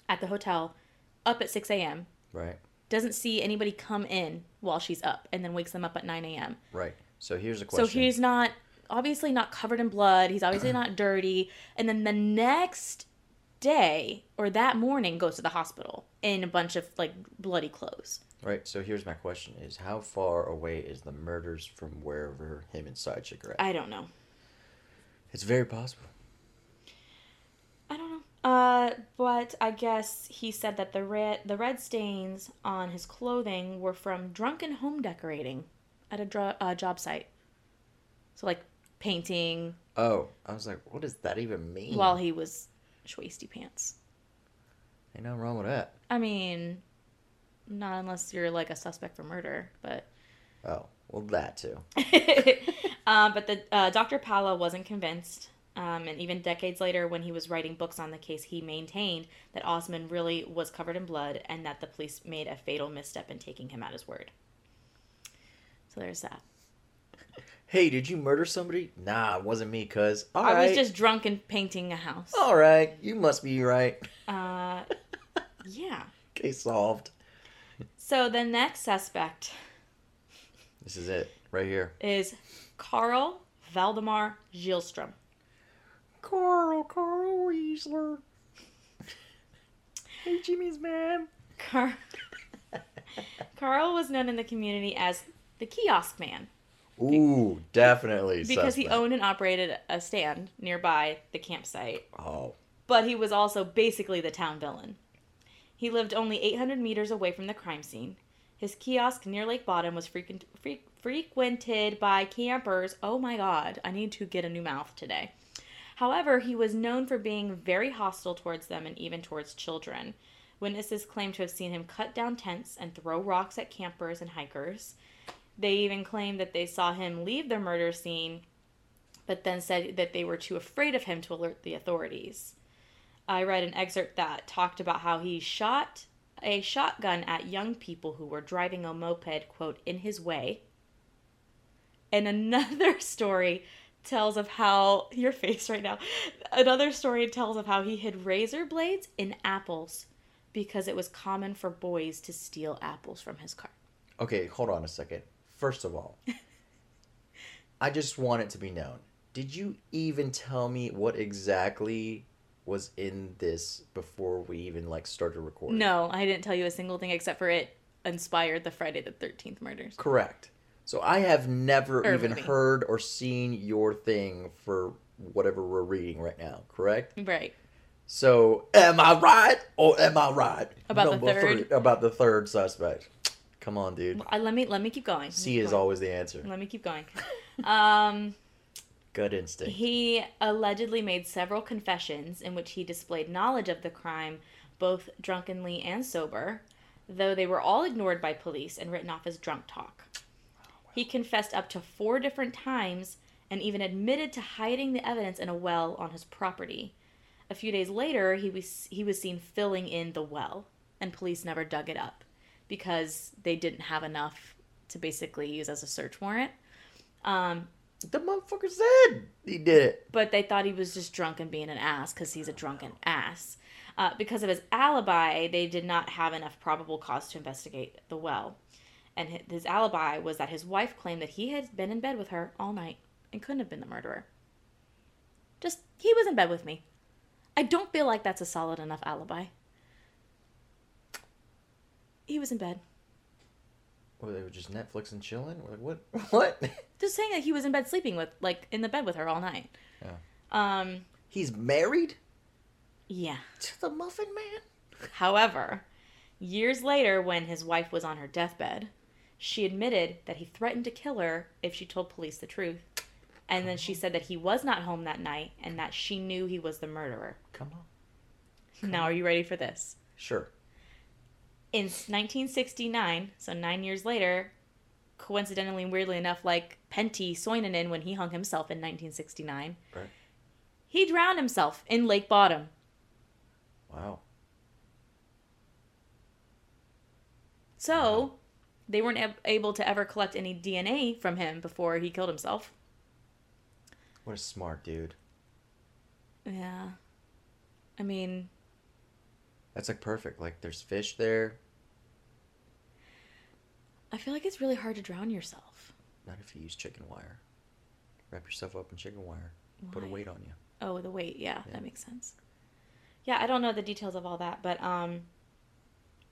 S1: at the hotel up at 6 a.m.,
S2: Right.
S1: doesn't see anybody come in while she's up, and then wakes them up at 9 a.m.
S2: Right. So here's a question.
S1: So he's not, obviously, not covered in blood. He's obviously not dirty. And then the next day or that morning goes to the hospital in a bunch of like bloody clothes.
S2: Right. So here's my question: Is how far away is the murders from wherever him and Side Chick are at?
S1: I don't know.
S2: It's very possible.
S1: I don't know. Uh, but I guess he said that the red the red stains on his clothing were from drunken home decorating at a dr- uh, job site. So like painting
S2: Oh, I was like, what does that even mean?
S1: while he was shwasty pants.
S2: ain't nothing wrong with that.
S1: I mean, not unless you're like a suspect for murder, but
S2: Oh, well, that too.
S1: um, but the uh, Dr. Pala wasn't convinced, um, and even decades later, when he was writing books on the case, he maintained that Osman really was covered in blood and that the police made a fatal misstep in taking him at his word. So there's that.
S2: Hey, did you murder somebody? Nah, it wasn't me, cuz. All
S1: I
S2: right. Oh.
S1: was just drunk and painting a house.
S2: All right. You must be right. *laughs*
S1: Uh, yeah.
S2: Case solved.
S1: So the next suspect
S2: This is it, right here.
S1: is Carl Valdemar Gilstrom.
S2: Carl, Carl Weasler. *laughs* hey, Jimmy's man.
S1: *laughs* Car- Carl was known in the community as the kiosk man.
S2: Ooh, definitely.
S1: because he
S2: suspect.
S1: owned and operated a stand nearby the campsite,
S2: Oh,
S1: but he was also basically the town villain. He lived only 800 meters away from the crime scene. His kiosk near Lake Bottom was frequent, fre- frequented by campers. Oh my God, I need to get a new mouth today. However, he was known for being very hostile towards them and even towards children. Witnesses claim to have seen him cut down tents and throw rocks at campers and hikers. They even claim that they saw him leave the murder scene, but then said that they were too afraid of him to alert the authorities. I read an excerpt that talked about how he shot a shotgun at young people who were driving a moped, quote, in his way. And another *laughs* story tells of how your face right now. Another story tells of how he hid razor blades in apples because it was common for boys to steal apples from his car.
S2: Okay, hold on a second. First of
S1: *laughs*
S2: all, I just want it to be known. Did you even tell me what exactly was in this before we even like started recording?
S1: No, I didn't tell you a single thing except for it inspired the Friday the 13th murders.
S2: Correct. So I have never
S1: Or
S2: even
S1: movie.
S2: heard or seen your thing for whatever we're reading right now, correct?
S1: Right.
S2: So am I right or am I right?
S1: About the third.
S2: Three, about the third suspect. Come on, dude.
S1: I, Uh, let me let me keep going. Let me
S2: C
S1: keep
S2: is
S1: going.
S2: always the answer.
S1: Let me keep going. Um
S2: Gut instinct.
S1: He allegedly made several confessions in which he displayed knowledge of the crime, both drunkenly and sober, though they were all ignored by police and written off as drunk talk. He confessed up to four different times and even admitted to hiding the evidence in a well on his property. A few days later, he was he was seen filling in the well, and police never dug it up because they didn't have enough to basically use as a search warrant.
S2: The motherfucker said he did it.
S1: but they thought he was just drunk and being an ass because he's a drunken ass. Uh, because of his alibi, they did not have enough probable cause to investigate the well. And hi- his alibi was that his wife claimed that he had been in bed with her all night and couldn't have been the murderer. Just, he was in bed with me. I don't feel like that's a solid enough alibi. He was in bed.
S2: Or they were just Netflix and chilling. Like what? *laughs* What?
S1: Just saying that he was in bed sleeping with, like, in the bed with her all night.
S2: Yeah.
S1: Um,
S2: He's married
S1: yeah.
S2: to the Muffin Man.
S1: However, years later, when his wife was on her deathbed, she admitted that he threatened to kill her if she told police the truth. And then she said that he was not home that night and that she knew he was the murderer.
S2: Come on.
S1: Now, are you ready for this?
S2: Sure.
S1: In 1969, so nine years later, coincidentally and weirdly enough, like Pentti Soininen when he hung himself in 1969,
S2: Right.
S1: he drowned himself in Lake Bottom.
S2: Wow.
S1: So they weren't ab- able to ever collect any DNA from him before he killed himself.
S2: What a smart dude.
S1: Yeah. I mean,
S2: That's like perfect. Like there's fish there.
S1: I feel like it's really hard to drown yourself.
S2: Not if you use chicken wire. Wrap yourself up in chicken wire. Put a
S1: Why?
S2: weight on you.
S1: Oh, the weight. Yeah,
S2: Yeah.
S1: that makes sense. Yeah, I don't know the details of all that, but um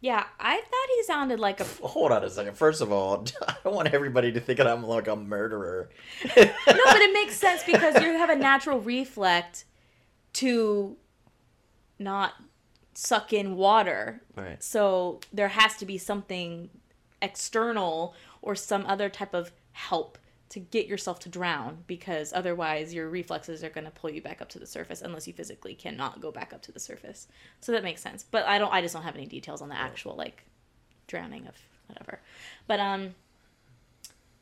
S1: yeah, I thought he sounded like a
S2: Hold on a second. First of all, *laughs* I don't want everybody to think that I'm like a murderer.
S1: No, but it makes sense because you have a natural reflex to not suck in water.
S2: Right.
S1: So there has to be something external or some other type of help to get yourself to drown because otherwise your reflexes are going to pull you back up to the surface unless you physically cannot go back up to the surface. So that makes sense. But I don't I just don't have any details on the actual like drowning of whatever. But um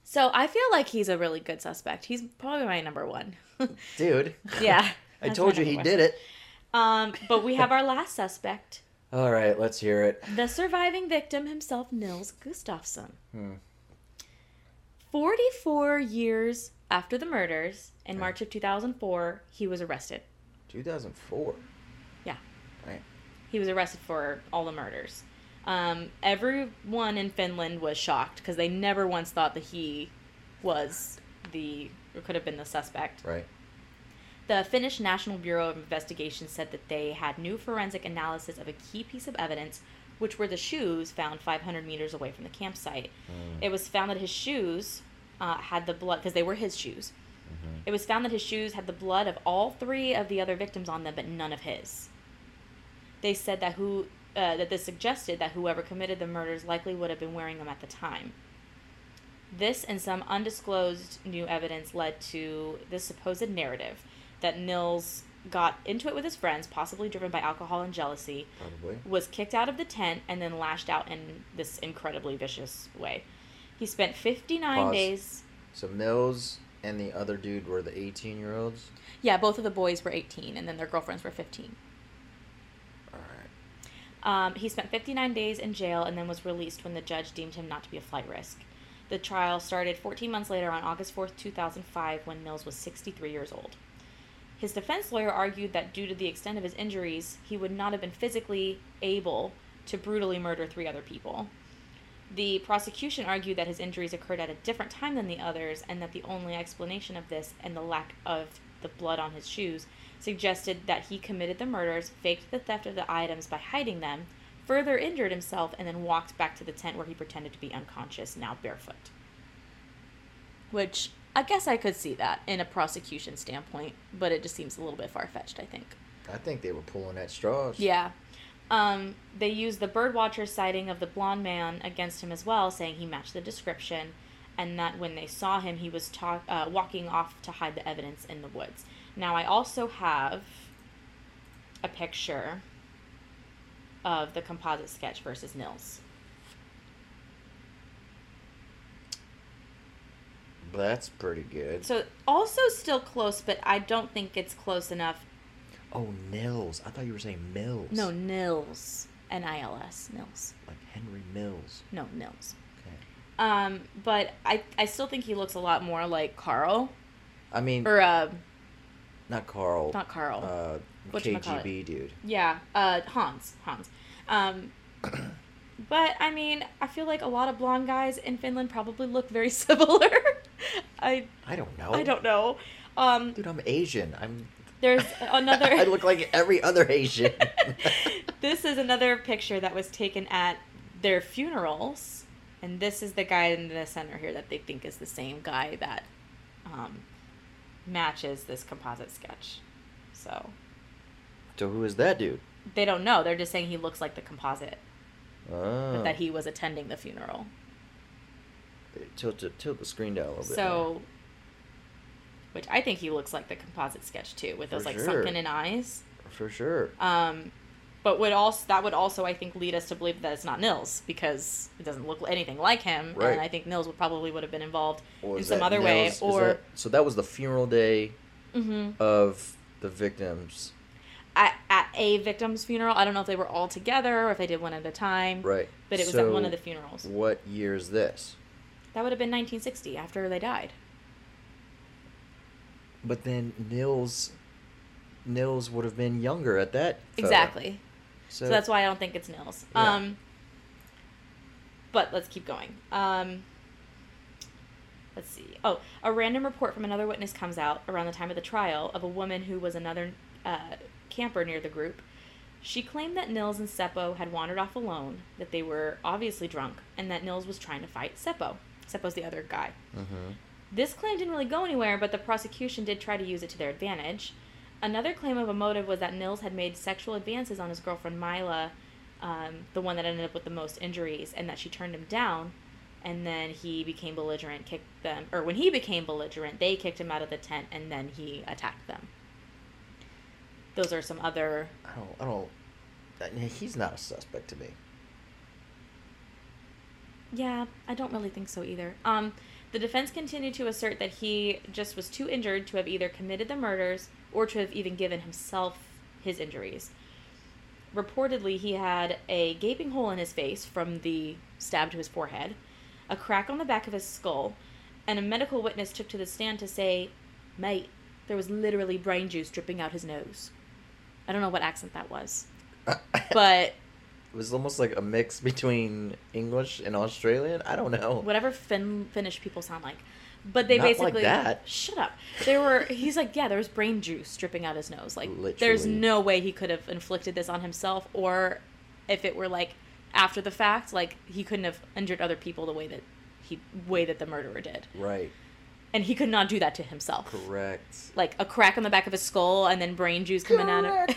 S1: so I feel like he's a really good suspect. He's probably my number 1.
S2: Dude.
S1: *laughs* yeah.
S2: *laughs* I told you he did it.
S1: Um but we have our last suspect,
S2: All right, let's hear it.
S1: the surviving victim himself, Nils Gustafsson. 44 years after the murders, in March of 2004, he was arrested.
S2: 2004.
S1: Yeah.
S2: Right.
S1: He was arrested for all the murders. Um, everyone in Finland was shocked because they never once thought that he was the, or could have been the suspect.
S2: Right.
S1: The Finnish National Bureau of Investigation said that they had new forensic analysis of a key piece of evidence, which were the shoes found 500 meters away from the campsite. It was found that his shoes uh, had the blood, because they were his shoes.
S2: Mm-hmm.
S1: It was found that his shoes had the blood of all three of the other victims on them, but none of his. They said that who uh, that this suggested that whoever committed the murders likely would have been wearing them at the time. This and some undisclosed new evidence led to this supposed narrative that Nils got into it with his friends, possibly driven by alcohol and jealousy,
S2: Probably.
S1: was kicked out of the tent and then lashed out in this incredibly vicious way. He spent 59
S2: Pause.
S1: days.
S2: So Mills and the other dude were the 18 year olds.
S1: Yeah, both of the boys were 18 and then their girlfriends were 15.
S2: All right.
S1: Um, he spent 59 days in jail and then was released when the judge deemed him not to be a flight risk. The trial started 14 months later on August 4th, 2005, when Mills was 63 years old. His defense lawyer argued that due to the extent of his injuries, he would not have been physically able to brutally murder three other people. The prosecution argued that his injuries occurred at a different time than the others, and that the only explanation of this and the lack of the blood on his shoes suggested that he committed the murders, faked the theft of the items by hiding them, further injured himself, and then walked back to the tent where he pretended to be unconscious, now barefoot. Which I guess I could see that in a prosecution standpoint, but it just seems a little bit far fetched, I think.
S2: I think they were pulling at straws.
S1: Yeah. Um, they used the birdwatcher sighting of the blonde man against him as well, saying he matched the description, and that when they saw him, he was talk- uh, walking off to hide the evidence in the woods. Now, I also have a picture of the composite sketch versus Nils.
S2: That's pretty good.
S1: So, also still close, but I don't think it's close enough.
S2: oh, Nils. I thought you were saying Mills.
S1: No, Nils. N I L S. Nils.
S2: Like Henry Mills.
S1: No, Nils.
S2: Okay.
S1: Um, but I, I still think he looks a lot more like Carl
S2: I mean,
S1: or uh,
S2: not Carl.
S1: not Carl.
S2: Uh,
S1: Whatchamacallit?
S2: KGB dude.
S1: yeah, uh, Hans. Hans. Um, *coughs* but I mean, I feel like a lot of blonde guys in Finland probably look very *laughs* similar. I
S2: I don't know.
S1: I don't know. Um, *laughs*
S2: Dude, I'm Asian. I'm.
S1: there's another.
S2: *laughs* I look like every other
S1: *laughs*
S2: Asian.
S1: this is another picture that was taken at their funerals, and this is the guy in the center here that they think is the same guy that um, matches this composite sketch. So
S2: so who is that dude?
S1: they don't know. They're just saying he looks like the composite,
S2: Oh.
S1: but that he was attending the funeral.
S2: Tilt, tilt, tilt the screen down a little bit.
S1: So, which I think he looks like the composite sketch too, with
S2: For
S1: those like
S2: sure.
S1: sunken in eyes.
S2: more. for sure.
S1: Um, but would also that would also I think lead us to believe that it's not Nils because it doesn't look anything like him,
S2: Right.
S1: and I think Nils would probably would have been involved
S2: Or
S1: in
S2: is
S1: some
S2: that
S1: other
S2: Nils-
S1: way.
S2: is
S1: Or
S2: that- Uh. so that was the funeral day
S1: Mhm.
S2: of the victims,
S1: at, at a victim's funeral, I don't know if they were all together or if they did one at a time.
S2: right?
S1: But it was
S2: so
S1: at one of the funerals.
S2: What year is this?
S1: That would have been 1960 after they died.
S2: But then Nils, Nils would have been younger at that. photo.
S1: Exactly. So, that's why I don't think it's Nils.
S2: Yeah.
S1: Um, but let's keep going. Um, let's see. Oh, a random report from another witness comes out around the time of the trial of a woman who was another uh, camper near the group. She claimed that Nils and Seppo had wandered off alone, that they were obviously drunk, and that Nils was trying to fight Seppo. Seppo's the other guy.
S2: Mhm.
S1: This claim didn't really go anywhere, but the prosecution did try to use it to their advantage. Another claim of a motive was that Nils had made sexual advances on his girlfriend Mila, um, the one that ended up with the most injuries, and that she turned him down. And then he became belligerent, kicked them, or when he became belligerent, they kicked him out of the tent, and then he attacked them. Those are some other.
S2: I don't. I don't. I- He's not a suspect to me. *laughs*
S1: Yeah, I don't really think so either. Um, the defense continued to assert that he just was too injured to have either committed the murders or to have even given himself his injuries. Reportedly, he had a gaping hole in his face from the stab to his forehead, a crack on the back of his skull, and a medical witness took to the stand to say, Mate, there was literally brain juice dripping out his nose. I don't know what accent that was, but
S2: It was almost like a mix between English and Australian. I don't know.
S1: whatever fin- Finnish people sound like. But they
S2: Not like
S1: basically
S2: that.
S1: shut up. There were he's like, yeah, there was brain juice dripping out his nose. Like there's
S2: Literally.
S1: no way he could have inflicted this on himself or if it were like after the fact, like he couldn't have injured other people the way that he way that the murderer did.
S2: Right.
S1: And he could not do that to himself.
S2: Correct.
S1: Like a crack on the back of his skull and then brain juice coming out of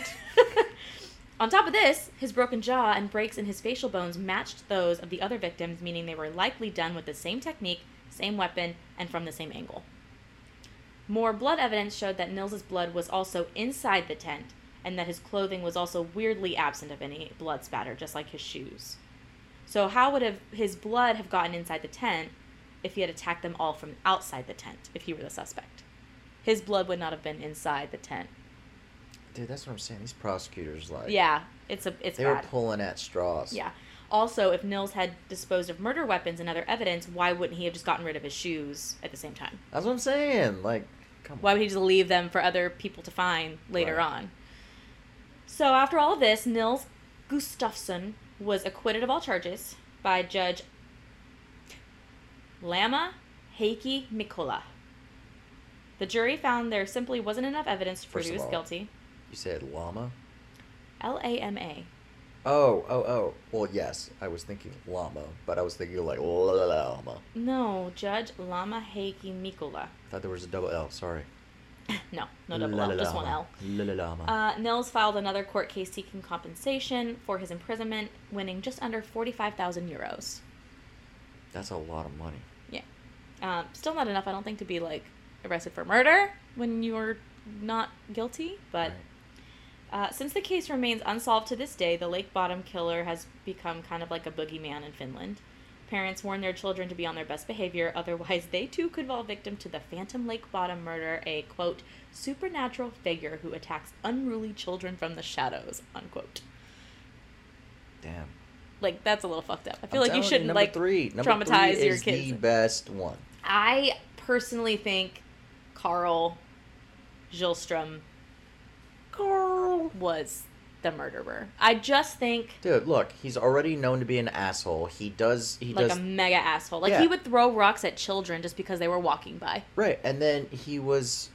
S1: *laughs* On top of this, his broken jaw and breaks in his facial bones matched those of the other victims, meaning they were likely done with the same technique, same weapon, and from the same angle. More blood evidence showed that Nils's blood was also inside the tent and that his clothing was also weirdly absent of any blood spatter, just like his shoes. So how would have his blood have gotten inside the tent if he had attacked them all from outside the tent if he were the suspect? His blood would not have been inside the tent.
S2: Dude, that's what I'm saying. These prosecutors, like,
S1: Yeah, it's a it's
S2: they
S1: bad.
S2: were pulling at straws.
S1: Yeah. Also, if Nils had disposed of murder weapons and other evidence, why wouldn't he have just gotten rid of his shoes at the same time?
S2: That's what I'm saying. Like, come
S1: Why would he just leave them for other people to find later
S2: Right.
S1: on? So, after all of this, Nils Gustafsson was acquitted of all charges by Judge Lama Heikki Mikola. The jury found there simply wasn't enough evidence to prove
S2: First
S1: he
S2: of
S1: was
S2: all-
S1: guilty.
S2: on. You said llama?
S1: L A M A.
S2: Oh, oh, oh. Well, yes, I was thinking llama, but I was thinking like llama.
S1: No, Judge Lama Heikki Mikola. *laughs*
S2: I thought there was a double L. Sorry.
S1: No, no double L, just one L.
S2: Llama.
S1: Uh, Nils filed another court case seeking compensation for his imprisonment, winning just under 45,000 euros.
S2: That's a lot of money.
S1: Yeah. Um, still not enough, I don't think, to be like arrested for murder when you're not guilty. But
S2: Right.
S1: uh, since the case remains unsolved to this day, the Lake Bottom killer has become kind of like a boogeyman in Finland. Parents warn their children to be on their best behavior, *laughs* otherwise, they too could fall victim to the Phantom Lake Bottom murder, a quote, supernatural figure who attacks unruly children from the shadows, unquote.
S2: Damn.
S1: Like, that's a little fucked up. I feel
S2: I'm
S1: like you
S2: telling
S1: shouldn't,
S2: number
S1: like,
S2: three. Number
S1: traumatize
S2: three
S1: your
S2: is
S1: kids.
S2: The best one.
S1: I personally think Carl Gilstrom
S2: Carl.
S1: was the murderer. I just think
S2: Dude, look, he's already known to be an asshole. He does. He
S1: like
S2: does.
S1: a mega asshole. Like
S2: Yeah.
S1: he would throw rocks at children just because they were walking by.
S2: Right, and then he was,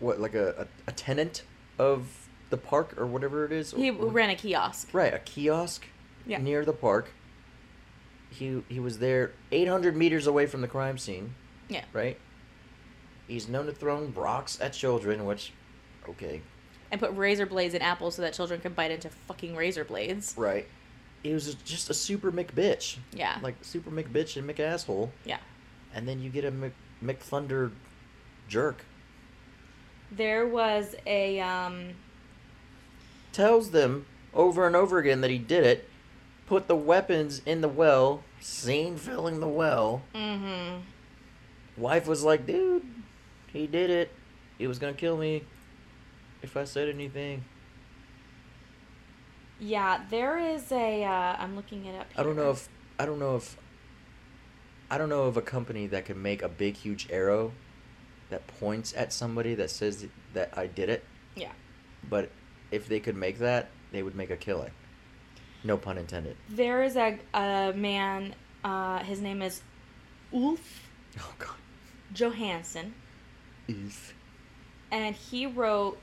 S2: what, like a, a, a tenant of the park or whatever it is.
S1: He
S2: Or-
S1: ran a kiosk.
S2: right a kiosk
S1: Yeah.
S2: near the park. He he was there 800 meters away from the crime scene,
S1: Yeah.
S2: right? He's known to throwing rocks at children, which, okay,
S1: And put razor blades in apples so that children could bite into fucking razor blades.
S2: right. He was just a super McBitch,
S1: Yeah.
S2: like super McBitch and McAsshole,
S1: yeah.
S2: and then you get a Mc, McThunder jerk.
S1: There was a um
S2: tells them over and over again that he did it, put the weapons in the well, seen filling the well.
S1: mhm.
S2: Wife was like, dude, he did it. He was gonna kill me if I said anything.
S1: Yeah, there is a uh I'm looking it up
S2: I don't know
S1: here.
S2: if I don't know if I don't know of a company that can make a big huge arrow that points at somebody that says that I did it,
S1: Yeah.
S2: but if they could make that, they would make a killing. No pun intended.
S1: There is a, a man, uh, his name is Ulf
S2: Oh god.
S1: Johansson,
S2: Oof.
S1: and he wrote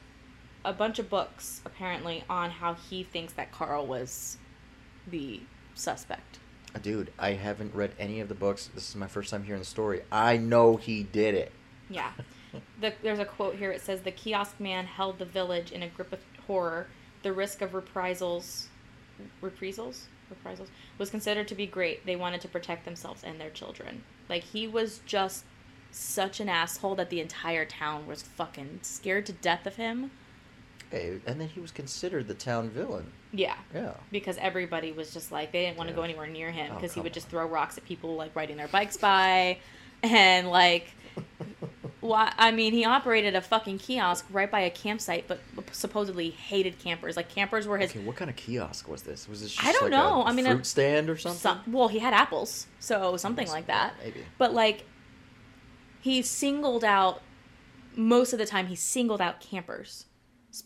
S1: a bunch of books, apparently, on how he thinks that Carl was the suspect.
S2: Dude, I haven't read any of the books. This is my first time hearing the story. I know he did it.
S1: Yeah. The, there's a quote here. It says, The kiosk man held the village in a grip of horror. The risk of reprisals, reprisals? Reprisals? Was considered to be great. They wanted to protect themselves and their children. Like, he was just such an asshole that the entire town was fucking scared to death of him.
S2: *laughs* Hey, and then he was considered the town villain. *laughs*
S1: Yeah.
S2: Yeah.
S1: Because everybody was just like, they didn't want to
S2: Yeah.
S1: go anywhere near him
S2: Oh,
S1: because he
S2: come
S1: would just
S2: on.
S1: throw rocks at people, like, riding their bikes by. *laughs* And, like, Why? I mean, he operated a fucking kiosk right by a campsite, but supposedly hated campers. Like campers were his.
S2: okay, what kind of kiosk was this? Was this just
S1: I don't
S2: like
S1: know.
S2: a
S1: I mean,
S2: fruit
S1: I-
S2: stand or something?
S1: Some, well, he had apples, so something like that.
S2: Maybe.
S1: But like, he singled out. Most of the time, he singled out campers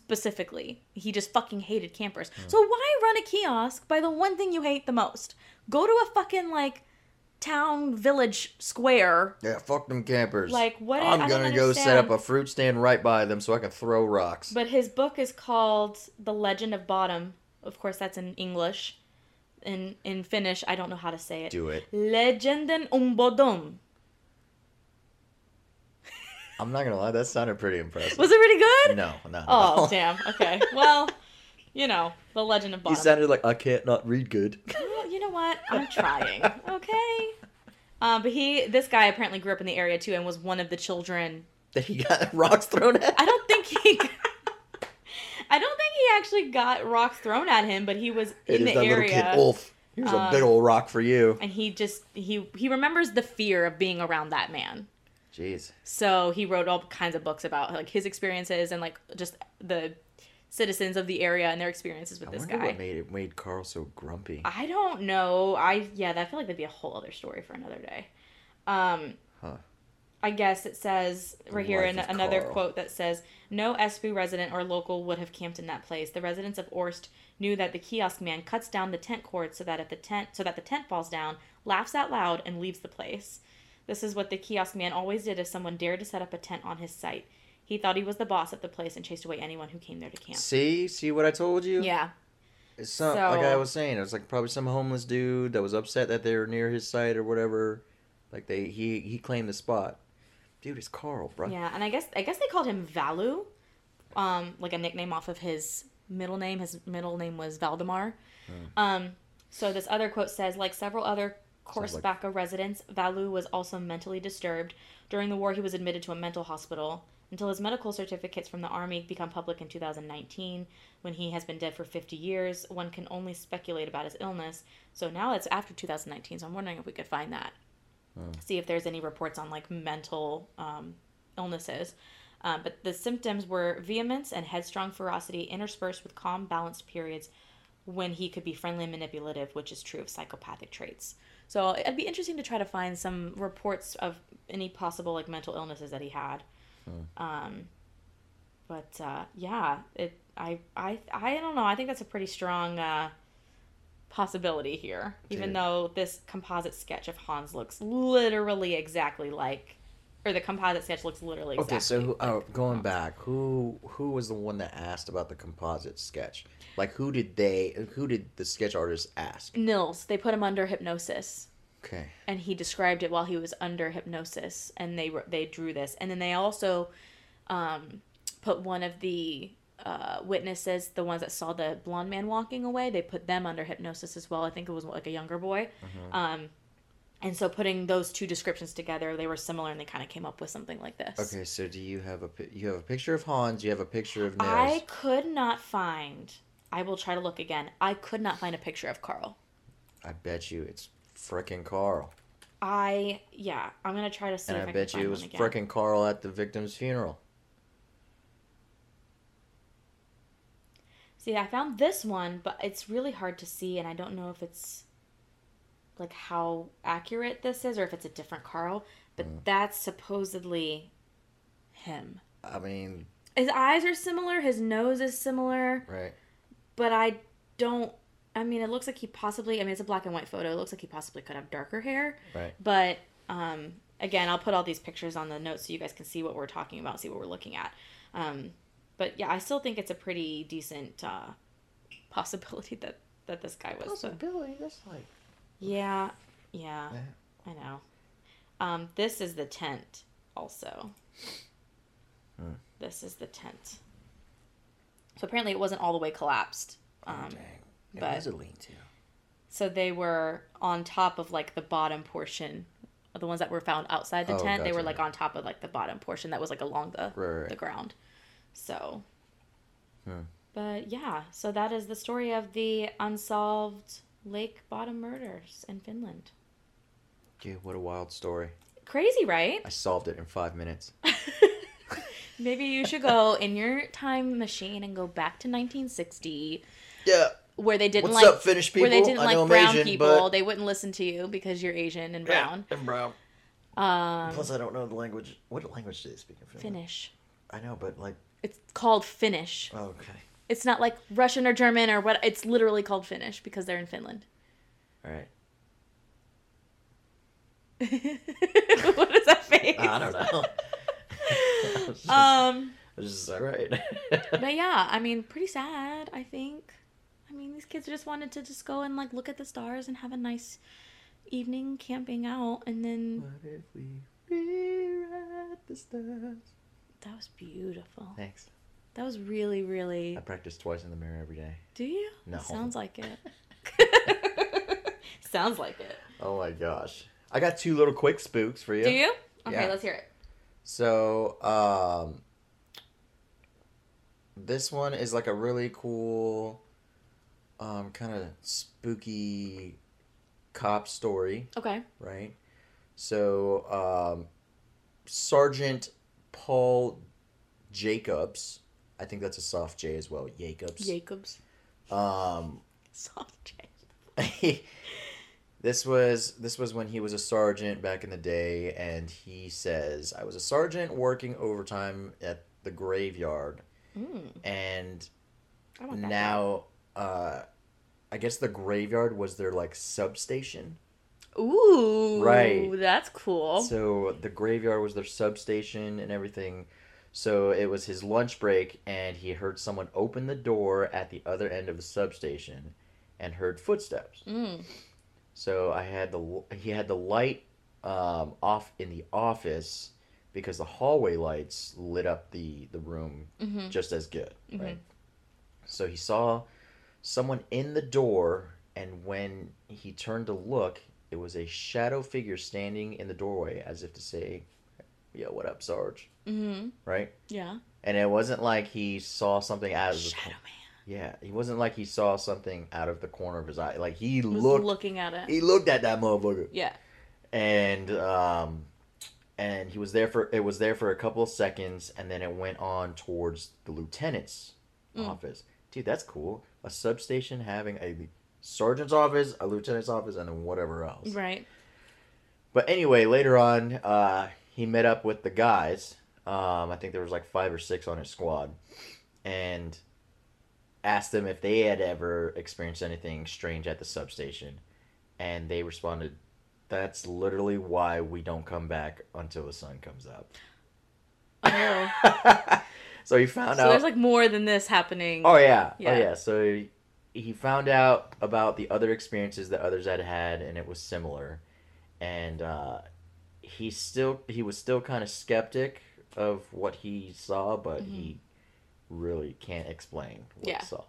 S1: specifically. He just fucking hated campers.
S2: Hmm.
S1: So why run a kiosk by the one thing you hate the most? Go to a fucking like town village square.
S2: Yeah, fuck them campers.
S1: Like, what- I
S2: I'm
S1: don't
S2: gonna go set
S1: understand.
S2: up a fruit stand right by them so I can throw rocks.
S1: But his book is called The Legend of Bottom. Of course, that's in English. In in Finnish, I don't know how to say it.
S2: Do it.
S1: Legenden om Bodom.
S2: I'm not gonna lie, that sounded pretty impressive.
S1: Was it pretty good?
S2: No, not at
S1: Oh
S2: all.
S1: damn. Okay. Well, you know, the Legend of
S2: *laughs* He
S1: Bottom.
S2: sounded like I can't not read good. *laughs*
S1: Well, you know what? I'm trying. Okay. Um, but he, this guy apparently grew up in the area too, and was one of the children.
S2: Then he got rocks thrown at.
S1: I don't think he. *laughs* I don't think he actually got rocks thrown at him, but he was
S2: It
S1: in the
S2: is that little kid
S1: area,
S2: Ulf. Here's a
S1: Um,
S2: big old rock for you.
S1: and he just he he remembers the fear of being around that man.
S2: Jeez.
S1: So he wrote all kinds of books about like his experiences and like just the citizens of the area and their experiences with
S2: I
S1: this
S2: wonder
S1: guy.
S2: what made it made Carl so grumpy.
S1: I don't know. I yeah, that I feel like that'd be a whole other story for another day. Um,
S2: Huh.
S1: I guess it says right here
S2: life
S1: in
S2: of
S1: another
S2: Carl.
S1: quote that says, "No Espoo resident or local would have camped in that place. The residents of Orst knew that the kiosk man cuts down the tent cord so that if the tent so that the tent falls down, laughs out loud, and leaves the place. This is what the kiosk man always did if someone dared to set up a tent on his site. He thought he was the boss of the place and chased away anyone who came there to camp.
S2: See, see what I told you.
S1: Yeah,
S2: It's some like I was saying, it was like probably some homeless dude that was upset that they were near his site or whatever. Like they he he claimed the spot. Dude, it's Carl, bro.
S1: Yeah, and I guess I guess they called him Valu, um, like a nickname off of his middle name. His middle name was Valdemar. Um, so this other quote says, like several other
S2: Mm-hmm. Sounds like-
S1: Corsbaca residents, Valu was also mentally disturbed. During the war, he was admitted to a mental hospital until his medical certificates from the army become public in 2019. When he has been dead for 50 years, one can only speculate about his illness. So now it's after 2019. So I'm wondering if we could find that
S2: Oh.
S1: see if there's any reports on like mental um, illnesses. Um, but the symptoms were vehemence and headstrong ferocity interspersed with calm, balanced periods when he could be friendly and manipulative, which is true of psychopathic traits. So it'd be interesting to try to find some reports of any possible like mental illnesses that he had.
S2: Hmm.
S1: Um, but uh, yeah, it I I I don't know. I think that's a pretty strong uh, possibility here, even
S2: Dude.
S1: though this composite sketch of Hans looks literally exactly like, or the composite sketch looks literally exactly.
S2: Okay, so who, oh, going
S1: Hans.
S2: back, who who was the one that asked about the composite sketch? Like who did they who did the sketch artist ask?
S1: Nils, they put him under hypnosis.
S2: Okay.
S1: and he described it while he was under hypnosis and they wr- they drew this and then they also um, put one of the uh, witnesses the ones that saw the blonde man walking away they put them under hypnosis as well i think it was like a younger boy
S2: Mm-hmm.
S1: um, and so putting those two descriptions together they were similar and they kind of came up with something like this
S2: Okay, so do you have a pi- you have a picture of Hans, you have a picture of Nils.
S1: i could not find i will try to look again i could not find a picture of carl
S2: I bet you it's frickin' Carl.
S1: i yeah i'm gonna try to see
S2: And
S1: if
S2: I,
S1: i,
S2: bet
S1: can
S2: you it
S1: find
S2: was
S1: one again.
S2: frickin' Carl at the victim's funeral.
S1: See, I found this one, but it's really hard to see, and I don't know if it's like how accurate this is or if it's a different Carl. But that's supposedly him.
S2: I mean,
S1: His eyes are similar, his nose is similar,
S2: right.
S1: but I don't. I mean, it looks like he possibly. I mean, it's a black and white photo. It looks like he possibly could have darker hair.
S2: Right.
S1: But um, again, I'll put all these pictures on the notes so you guys can see what we're talking about, see what we're looking at. Um, but yeah, I still think it's a pretty decent uh, *laughs* possibility that that this guy was. the-
S2: Possibility. That's like
S1: yeah, yeah,
S2: Yeah.
S1: I know. Um, this is the tent, also.
S2: Hmm.
S1: This is the tent. So apparently, it wasn't all the way collapsed. Um,
S2: oh, dang. It
S1: but-
S2: was a lean-to.
S1: so they were on top of like the bottom portion, the ones that were found outside the
S2: Oh,
S1: tent. They were
S2: gotcha.
S1: like on top of like the bottom portion that was like along the
S2: Right, right,
S1: the
S2: right.
S1: ground. So,
S2: Hmm.
S1: but yeah, so that is the story of the unsolved lake bottom murders in Finland.
S2: Dude, what a wild story.
S1: Crazy, right?
S2: I solved it in
S1: *laughs*
S2: five minutes.
S1: Maybe you should
S2: *laughs*
S1: go in your time machine and go back to 1960,
S2: Yeah.
S1: where they didn't
S2: What's
S1: like
S2: up, Finnish people?
S1: where they didn't
S2: I
S1: like
S2: know I'm
S1: brown
S2: Asian,
S1: people.
S2: but-
S1: They wouldn't listen to you because you're Asian and brown.
S2: Yeah, I'm brown.
S1: Um,
S2: Plus, I don't know the language. What language do they speak in Finland?
S1: Finnish.
S2: I know, but like,
S1: It's called Finnish.
S2: oh, okay.
S1: It's not like Russian or German or what. It's literally called Finnish because they're in Finland. *laughs*
S2: All right.
S1: what is that face?
S2: *laughs* I
S1: *laughs*
S2: don't know. *laughs* I was just-
S1: Um,
S2: I was just all right.
S1: *laughs*
S2: *laughs*
S1: but yeah, I mean, pretty sad. I think. I mean, these kids just wanted to just go and like look at the stars and have a nice evening camping out, and then
S2: what if we rewrite the stars?
S1: that was beautiful.
S2: Thanks.
S1: That was really, really.
S2: I practice twice in the mirror every day.
S1: Do you?
S2: No.
S1: Sounds like
S2: *laughs*
S1: it. Sounds like it.
S2: Oh my gosh. I got two little quick spooks for you.
S1: Do you? Okay,
S2: Yeah.
S1: let's hear it.
S2: So, um, this one is like a really cool, um, kind of spooky cop story,
S1: Okay.
S2: right? So, um, Sergeant Paul Jacobs, I think that's a soft J as well, Jacobs.
S1: Jacobs.
S2: Um,
S1: Soft J.
S2: *laughs* this was this was when he was a sergeant back in the day and he says i was a sergeant working overtime at the graveyard
S1: Mm,
S2: and
S1: I want that.
S2: now uh i guess the graveyard was their like substation
S1: Ooh.
S2: Right.
S1: That's cool.
S2: so the graveyard was their substation and everything so it was his lunch break and he heard someone open the door at the other end of the substation and heard footsteps
S1: Mm.
S2: So I had the he had the light um, off in the office because the hallway lights lit up the the room
S1: hmm
S2: just as good, right? So he saw someone in the door, and when he turned to look, it was a shadow figure standing in the doorway, as if to say, "Yo, what up, Sarge?"
S1: hmm
S2: Right?
S1: Yeah.
S2: And it wasn't like he saw something out of the
S1: Shadow Man.
S2: yeah, he wasn't like he saw something out of the corner of his eye. Like he
S1: Was
S2: looked,
S1: looking at it.
S2: he looked at that motherfucker
S1: Yeah.
S2: and um and he was there for it was there for a couple of seconds and then it went on towards the lieutenant's
S1: Mm.
S2: office dude that's cool a substation having a l- sergeant's office a lieutenant's office and then whatever else *laughs*
S1: Right.
S2: but anyway later on uh he met up with the guys um i think there was like five or six on his squad and asked them if they had ever experienced anything strange at the substation and they responded that's literally why we don't come back until the sun comes
S1: Oh.
S2: up *laughs* so he found
S1: so
S2: out
S1: there's like more than this happening.
S2: oh yeah,
S1: Yeah.
S2: oh yeah so he, he found out about the other experiences that others had had and it was similar and uh, he still he was still kind of skeptic of what he saw but he really can't explain what
S1: Mm-hmm. Yeah.
S2: he saw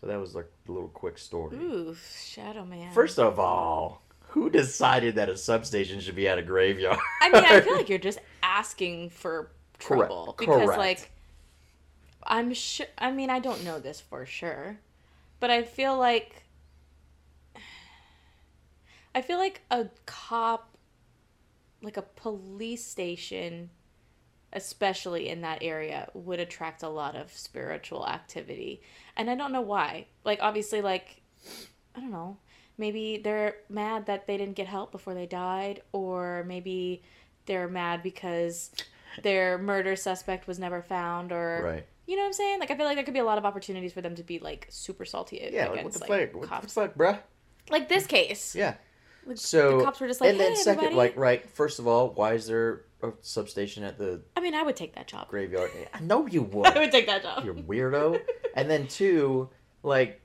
S2: so that was like a little quick story
S1: Ooh, Shadow Man.
S2: First of all, who decided that a substation should be at a graveyard? *laughs*
S1: I mean, I feel like you're just asking for trouble because,
S2: Correct.
S1: like, I'm sure. I mean, I don't know this for sure, but I feel like *sighs* I feel like a cop, like a police station, especially in that area, would attract a lot of spiritual activity, and I don't know why. Like, obviously, like I don't know. Maybe they're mad that they didn't get help before they died, or maybe they're mad because their murder suspect was never found, or
S2: right.
S1: you know what I'm saying? Like I feel like there could be a lot of opportunities for them to be like super salty
S2: Yeah, like, what
S1: against
S2: the
S1: like,
S2: fuck? What
S1: cops.
S2: the fuck, bruh?
S1: Like this case,
S2: Yeah.
S1: Like,
S2: So
S1: the cops were just like,
S2: and then
S1: "Hey,
S2: second,
S1: everybody."
S2: like, right, first of all, why is there a substation at the
S1: I mean, I would take that job.
S2: graveyard? I know you
S1: *laughs* I
S2: would,
S1: would take that job.
S2: you weirdo. And then two, like,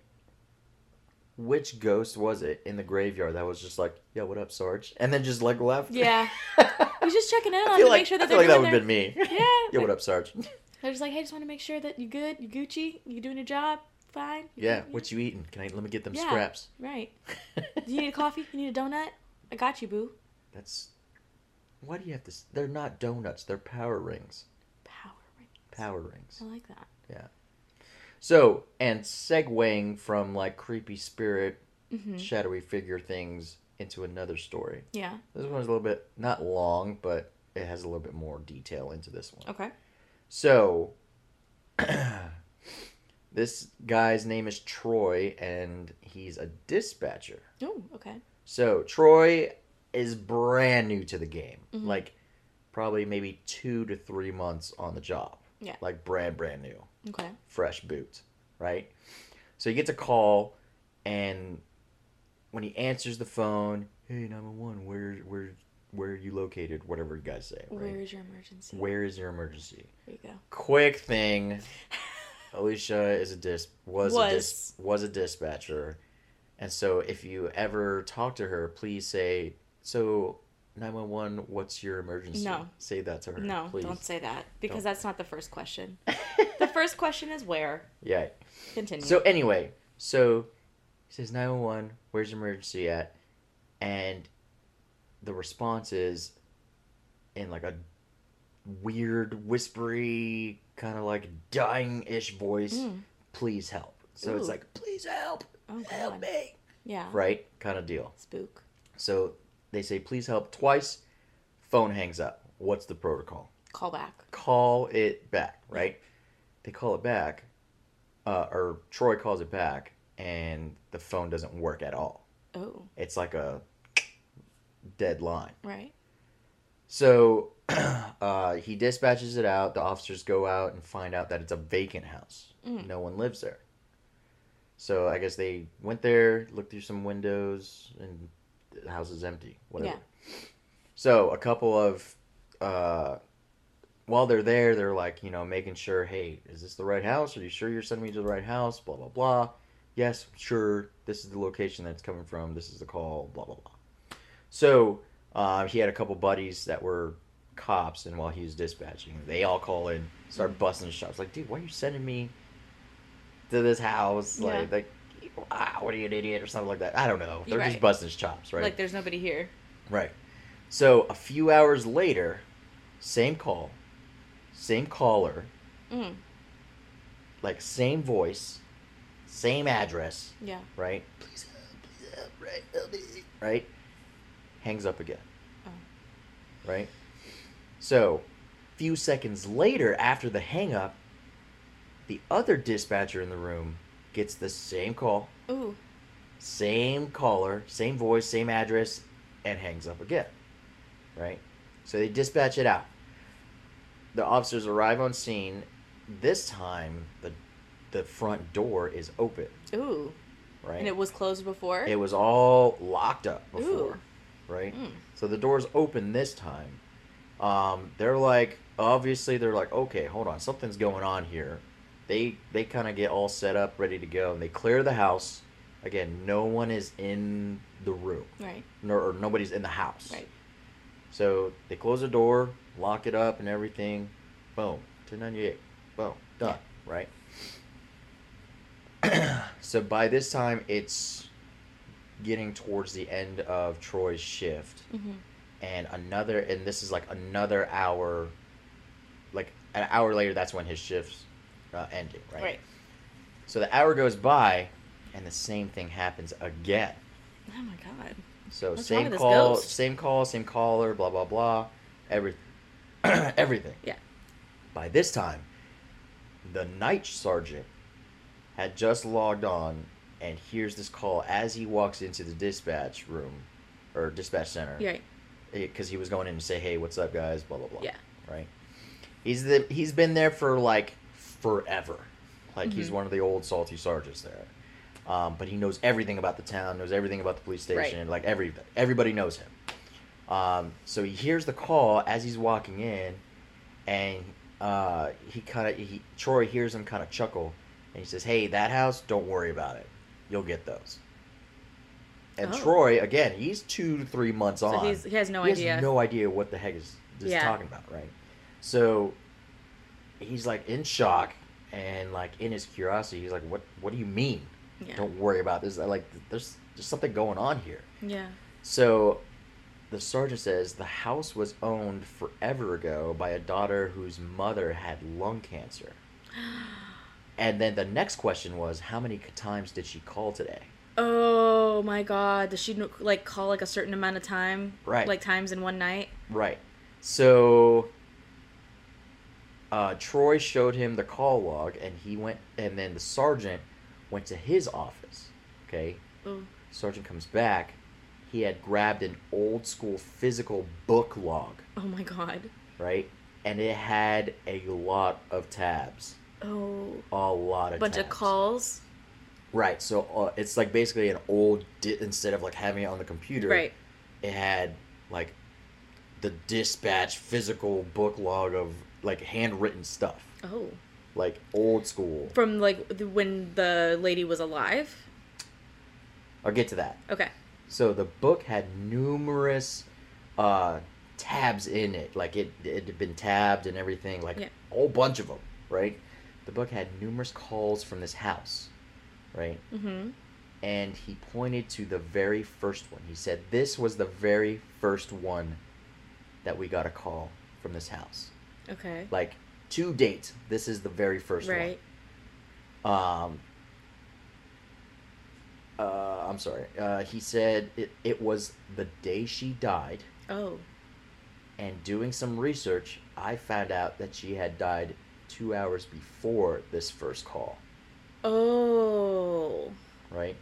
S2: which ghost was it in the graveyard that was just like, "Yo, what up, Sarge?" And then just like left.
S1: Yeah,
S2: *laughs* I
S1: we're just checking in on
S2: feel
S1: to
S2: like,
S1: make sure
S2: I
S1: that
S2: feel
S1: they're
S2: like that
S1: doing
S2: would have
S1: their-
S2: been me.
S1: *laughs* Yeah,
S2: Yo, what
S1: *laughs*
S2: up, Sarge?
S1: they're just like, hey, just want to make sure that you good, you Gucci, you doing your job, fine. You
S2: Yeah,
S1: good?"
S2: what you eating? Can I let me get them
S1: Yeah.
S2: scraps?
S1: right. *laughs* Do you need a coffee? You need a donut? I got you, boo.
S2: That's why do you have to? s- They're not donuts. They're power rings.
S1: Power ring.
S2: Power rings.
S1: I like that.
S2: So and segueing from like creepy spirit,
S1: hmm
S2: shadowy figure things into another story.
S1: Yeah.
S2: This one's a little bit not long, but it has a little bit more detail into this one.
S1: Okay.
S2: So *clears throat* this guy's name is Troy, and he's a dispatcher.
S1: Oh, okay.
S2: So Troy is brand new to the game.
S1: Mhm.
S2: Like probably maybe two to three months on the job.
S1: Yeah.
S2: Like brand brand new.
S1: Okay.
S2: Fresh boot. Right? So he gets a call and when he answers the phone, hey number one, where where where are you located? Whatever you guys say, right?
S1: Where is your emergency?
S2: where is your emergency?
S1: There you go. *laughs*
S2: Quick thing. Alicia is a dis was a dis-
S1: Was.
S2: was a dispatcher, and so if you ever talk to her, please say so. 911, what's your emergency?
S1: No.
S2: Say that to her.
S1: No,
S2: please.
S1: don't say that because
S2: Don't.
S1: that's not the first
S2: *laughs*
S1: question. the first question is where.
S2: Yeah.
S1: Continue.
S2: So anyway, so he says 911, where's your emergency at? And the response is in like a weird, whispery, kind of like dying-ish voice,
S1: Mm.
S2: please help. So it's
S1: Ooh.
S2: like, please help,
S1: oh,
S2: help
S1: God.
S2: me.
S1: Yeah.
S2: Right? Kind of deal.
S1: Spook.
S2: So they say, please help twice, phone hangs up. What's the protocol?
S1: Call back.
S2: call it back, right? They call it back, uh, or Troy calls it back, and the phone doesn't work at all.
S1: Oh,
S2: It's like a dead line.
S1: right.
S2: So *clears throat* uh, he dispatches it out. The officers go out and find out that it's a vacant house.
S1: Mm.
S2: No one lives there. So I guess they went there, looked through some windows, and the house is empty. Whatever. So a couple of, uh, while they're there, they're like, you know, making sure, hey, is this the right house? Are you sure you're sending me to the right house? Blah blah blah. Yes, sure. This is the location that's coming from. This is the call. Blah blah blah. So uh, he had a couple buddies that were cops, and while he was dispatching, they all call in, start busting his shots. Like, dude, why are you sending me to this house?
S1: Yeah.
S2: Like, like, ah, what are you an idiot or something like that? I don't know. They're just
S1: Right.
S2: busting his chops, right?
S1: Like there's nobody here.
S2: Right. So a few hours later, same call, same caller,
S1: Mm.
S2: like same voice, same address,
S1: Yeah.
S2: right? Please help, please help, right? Help me. Right? Hangs up again,
S1: Oh.
S2: right? So, few seconds later after the hang up, the other dispatcher in the room gets the same call,
S1: Oh. Ooh.
S2: same caller, same voice, same address, and hangs up again. Right? So they dispatch it out. The officers arrive on scene. This time, the the front door is open,
S1: Ooh.
S2: right?
S1: And it was closed before.
S2: It was all locked up before,
S1: Ooh.
S2: right?
S1: Mm.
S2: So the door's open this time. Um, they're like, obviously, they're like, okay, hold on, something's going on here. They they kind of get all set up, ready to go, and they clear the house. Again, no one is in the room,
S1: Right.
S2: nor or nobody's in the house.
S1: Right.
S2: So they close the door, lock it up, and everything. Boom. 298. Boom. Done. Right? *clears throat* so by this time, it's getting towards the end of Troy's shift.
S1: Mm-hmm.
S2: And another, and this is like another hour, like an hour later, that's when his shift's uh, ending, right?
S1: Right.
S2: So the hour goes by, and the same thing happens again.
S1: Oh my god.
S2: So
S1: What's wrong
S2: same
S1: with this
S2: call,
S1: ghost?
S2: same call, same caller, blah blah blah, everything, *clears throat* everything.
S1: Yeah.
S2: By this time, the night sergeant had just logged on and hears this call as he walks into the dispatch room or dispatch center.
S1: You're right.
S2: Because eh, he was going in to say, "Hey, what's up, guys?" Blah blah blah.
S1: Yeah.
S2: Right. He's the he's been there for like forever. Like he's
S1: Mhm.
S2: one of the old salty sergeants there. Um, but he knows everything about the town, knows everything about the police
S1: Right.
S2: station, like everything. Everybody knows him. Um, so he hears the call as he's walking in, and uh, he kind of he, Troy hears him kind of chuckle, and he says, "Hey, that house, don't worry about it. You'll get those." And
S1: Oh.
S2: Troy, again, he's two to three months
S1: So
S2: on.
S1: he's, he has no
S2: he
S1: idea.
S2: has no idea what the heck is this
S1: Yeah.
S2: talking about, right? So he's like in shock and like in his curiosity, he's like, "What? What do you mean?
S1: yeah.
S2: Don't worry about this. Like, there's there's something going on here."
S1: Yeah. *gasps*
S2: So the sergeant says the house was owned forever ago by a daughter whose mother had lung cancer. And then the next question was, how many times did she call today?
S1: Oh my god. Does she kn- like call like a certain amount of time?
S2: Right.
S1: Like times in one night.
S2: Right. So uh, Troy showed him the call log, and he went, and then the sergeant went to his office. Okay.
S1: Ooh.
S2: Sergeant comes back. He had grabbed an old school physical book log,
S1: Oh my god.
S2: right? And it had a lot of tabs.
S1: Oh.
S2: A lot of
S1: Bunch of
S2: tabs.
S1: calls.
S2: Right. So uh, it's like basically an old, di- instead of like having it on the computer,
S1: Right.
S2: it had like the dispatch physical book log of like handwritten stuff
S1: Oh.
S2: like old school
S1: From like the, when the lady was alive.
S2: i'll get to that
S1: Okay.
S2: so the book had numerous uh, tabs in it. Like it, it had been tabbed and everything, like
S1: Yeah.
S2: a whole bunch of them, right? The book had numerous calls from this house, right?
S1: Mm-hmm.
S2: And he pointed to the very first one. He said, This was the very first one that we got a call from this house.
S1: Okay.
S2: Like, to date, this is the very first one.
S1: right.
S2: Um, uh, I'm sorry. Uh, he said it, it was the day she died,
S1: Oh.
S2: and doing some research, I found out that she had died two hours before this first call,
S1: Oh.
S2: right?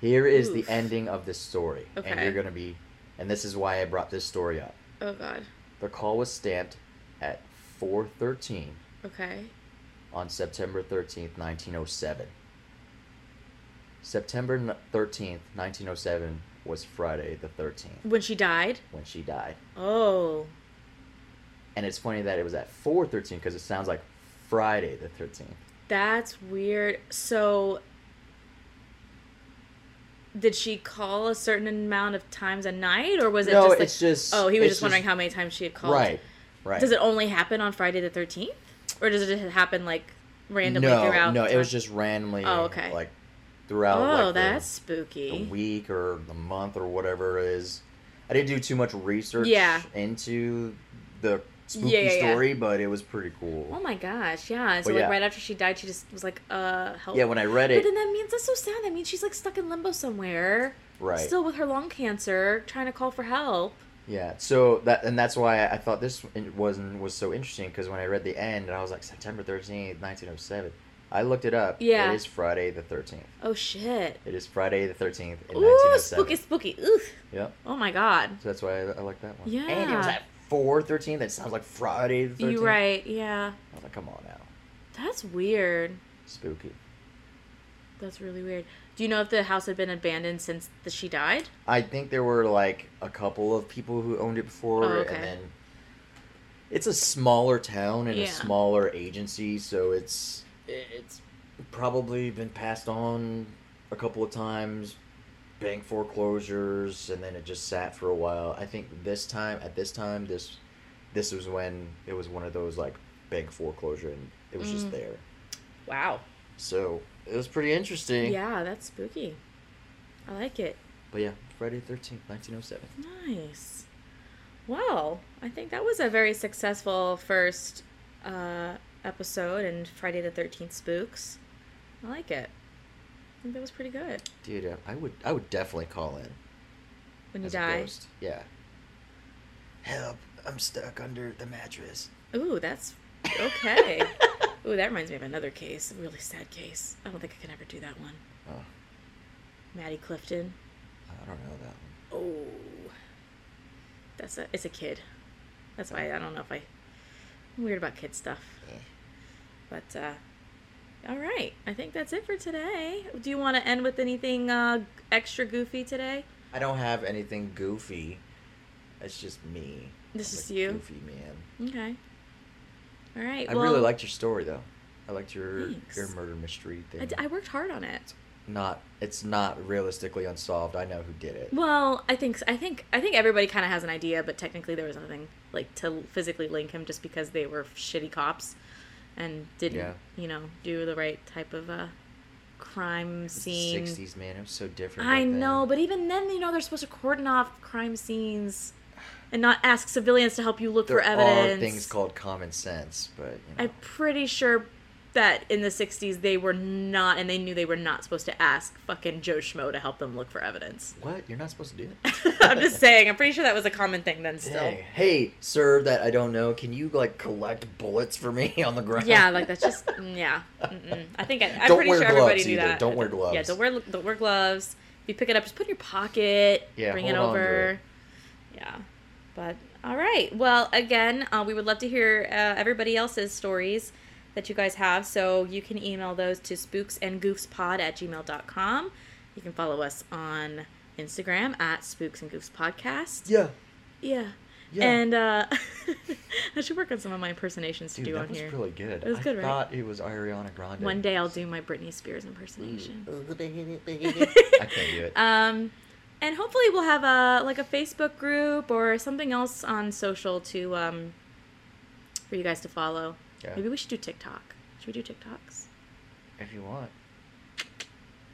S2: Here is
S1: Oof.
S2: the ending of this story. And
S1: Okay.
S2: you're going to be, and this is why I brought this story up.
S1: Oh God.
S2: The call was stamped at 413
S1: Okay.
S2: on September 13th, 1907. September n- 13th, 1907 was Friday the 13th
S1: When she died.
S2: when she died.
S1: Oh.
S2: And it's funny that it was at 4:13 because it sounds like Friday the 13th.
S1: That's weird. So, did she call a certain amount of times a night, or was it
S2: no,
S1: just like?
S2: it's just
S1: oh, he was
S2: it's
S1: just wondering how many times she had called.
S2: Right. Right.
S1: Does it only happen on Friday the thirteenth, or does it happen like randomly
S2: no,
S1: throughout?
S2: No, it was
S1: time?
S2: just randomly
S1: Oh, okay.
S2: like throughout
S1: Oh,
S2: like, the-
S1: that's
S2: the,
S1: spooky.
S2: week or the month or whatever it is. I didn't do too much research
S1: Yeah.
S2: into the spooky
S1: yeah, yeah.
S2: story, but it was pretty cool.
S1: Oh my gosh, yeah. And So
S2: But
S1: like
S2: yeah.
S1: right after she died, she just was like, "Uh, help."
S2: Yeah, when I read
S1: but
S2: it,
S1: then that means that's so sad. That means she's like stuck in limbo somewhere,
S2: right?
S1: still with her lung cancer, trying to call for help.
S2: yeah. So that and that's why I thought this wasn't was so interesting because when I read the end and I was like September thirteenth, nineteen oh seven. I looked it up.
S1: Yeah.
S2: It is Friday the thirteenth.
S1: Oh shit.
S2: It is Friday the thirteenth in nineteen
S1: Ooh,
S2: oh
S1: spooky,
S2: seven.
S1: spooky. Ooh.
S2: Yep.
S1: Oh my god.
S2: So that's why I, I like that one.
S1: Yeah.
S2: And it was at four thirteen. That sounds like Friday the thirteenth.
S1: You right? Yeah.
S2: I was like, come on now,
S1: That's weird.
S2: spooky.
S1: That's really weird. Do you know if the house had been abandoned since the, she died?
S2: I think there were like a couple of people who owned it before,
S1: Oh, okay.
S2: and then it's a smaller town and
S1: Yeah.
S2: a smaller agency, so it's it's probably been passed on a couple of times, bank foreclosures, and then it just sat for a while. I think this time, at this time, this this was when it was one of those like bank foreclosure, and it was
S1: Mm.
S2: just there.
S1: Wow.
S2: So it was pretty interesting.
S1: Yeah, that's spooky. I like it.
S2: But yeah, Friday Thirteenth, nineteen oh seven.
S1: Nice. Well, I think that was a very successful first uh, episode in Friday the 13th Spooks. I like it. I think that was pretty good.
S2: Dude, uh, I- I would I would definitely call in.
S1: When you
S2: as a
S1: die.
S2: ghost. Yeah. Help! I'm stuck under the mattress.
S1: Ooh, that's
S2: *laughs*
S1: okay. Ooh, that reminds me of another case, a really sad case. I don't think I can ever do that one.
S2: Oh,
S1: Maddie Clifton.
S2: I don't know that one.
S1: Oh, that's a it's a kid. That's why I don't know if I. I'm weird about kid stuff.
S2: Eh.
S1: But uh, all right, I think that's it for today. Do you want to end with anything uh, extra goofy today?
S2: I don't have anything goofy. It's just me.
S1: This
S2: I'm
S1: is
S2: a
S1: you?
S2: Goofy man.
S1: Okay. All right.
S2: I
S1: well,
S2: really liked your story though. I liked your
S1: Thanks.
S2: your murder mystery thing.
S1: I, d- I worked hard on it.
S2: not it's not realistically unsolved. I know who did it.
S1: Well, I think I think I think everybody kind of has an idea, but technically there was nothing like to physically link him just because they were shitty cops and didn't,
S2: Yeah.
S1: you know, do the right type of uh, crime scene.
S2: Sixties man, it was so different.
S1: I
S2: back then.
S1: know, but even then, you know, they're supposed to cordon off crime scenes and not ask civilians to help you look
S2: there
S1: for evidence.
S2: are things called common sense, but you know.
S1: I'm pretty sure that in the 60s they were not, and they knew they were not supposed to ask fucking Joe Schmo to help them look for evidence. *laughs*
S2: what? You're not supposed to do that.
S1: I'm
S2: *laughs*
S1: just saying, I'm pretty sure that was a common thing then still.
S2: Dang. Hey, sir, that I don't know. Can you like collect bullets for me *laughs* on the ground?
S1: Yeah, like that's just mm, yeah. Mm-mm. I think I, I'm
S2: Don't
S1: pretty
S2: wear
S1: sure everybody
S2: gloves
S1: knew
S2: either.
S1: that.
S2: Don't wear
S1: Yeah,
S2: gloves.
S1: don't wear don't wear gloves. If you pick it up, just put it in your pocket.
S2: Yeah,
S1: bring it
S2: hold on to
S1: over.
S2: it.
S1: Yeah, but all right. Well, again, uh, we would love to hear uh, everybody else's stories that you guys have. So you can email those to spooksandgoofspod at gmail.com. You can follow us on Instagram at Spooks and Goofs Podcast.
S2: Yeah.
S1: Yeah.
S2: Yeah.
S1: And uh, *laughs* I should work on some of my impersonations to
S2: Dude,
S1: do
S2: that
S1: on
S2: was
S1: here.
S2: really good.
S1: It was
S2: I
S1: good, right?
S2: thought it was Ariana Grande.
S1: One *laughs*
S2: *laughs*
S1: day I'll do my Britney Spears impersonation. *laughs*
S2: I can't do it.
S1: Um, and hopefully we'll have a like a Facebook group or something else on social to um, for you guys to follow.
S2: Yeah.
S1: Maybe we should do TikTok. Should we do TikToks?
S2: If you want.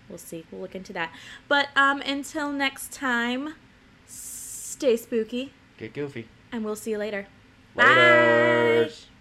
S1: We'll see. We'll look into that. But um, until next time, stay spooky,
S2: Get goofy.
S1: and we'll see you later.
S2: Laters.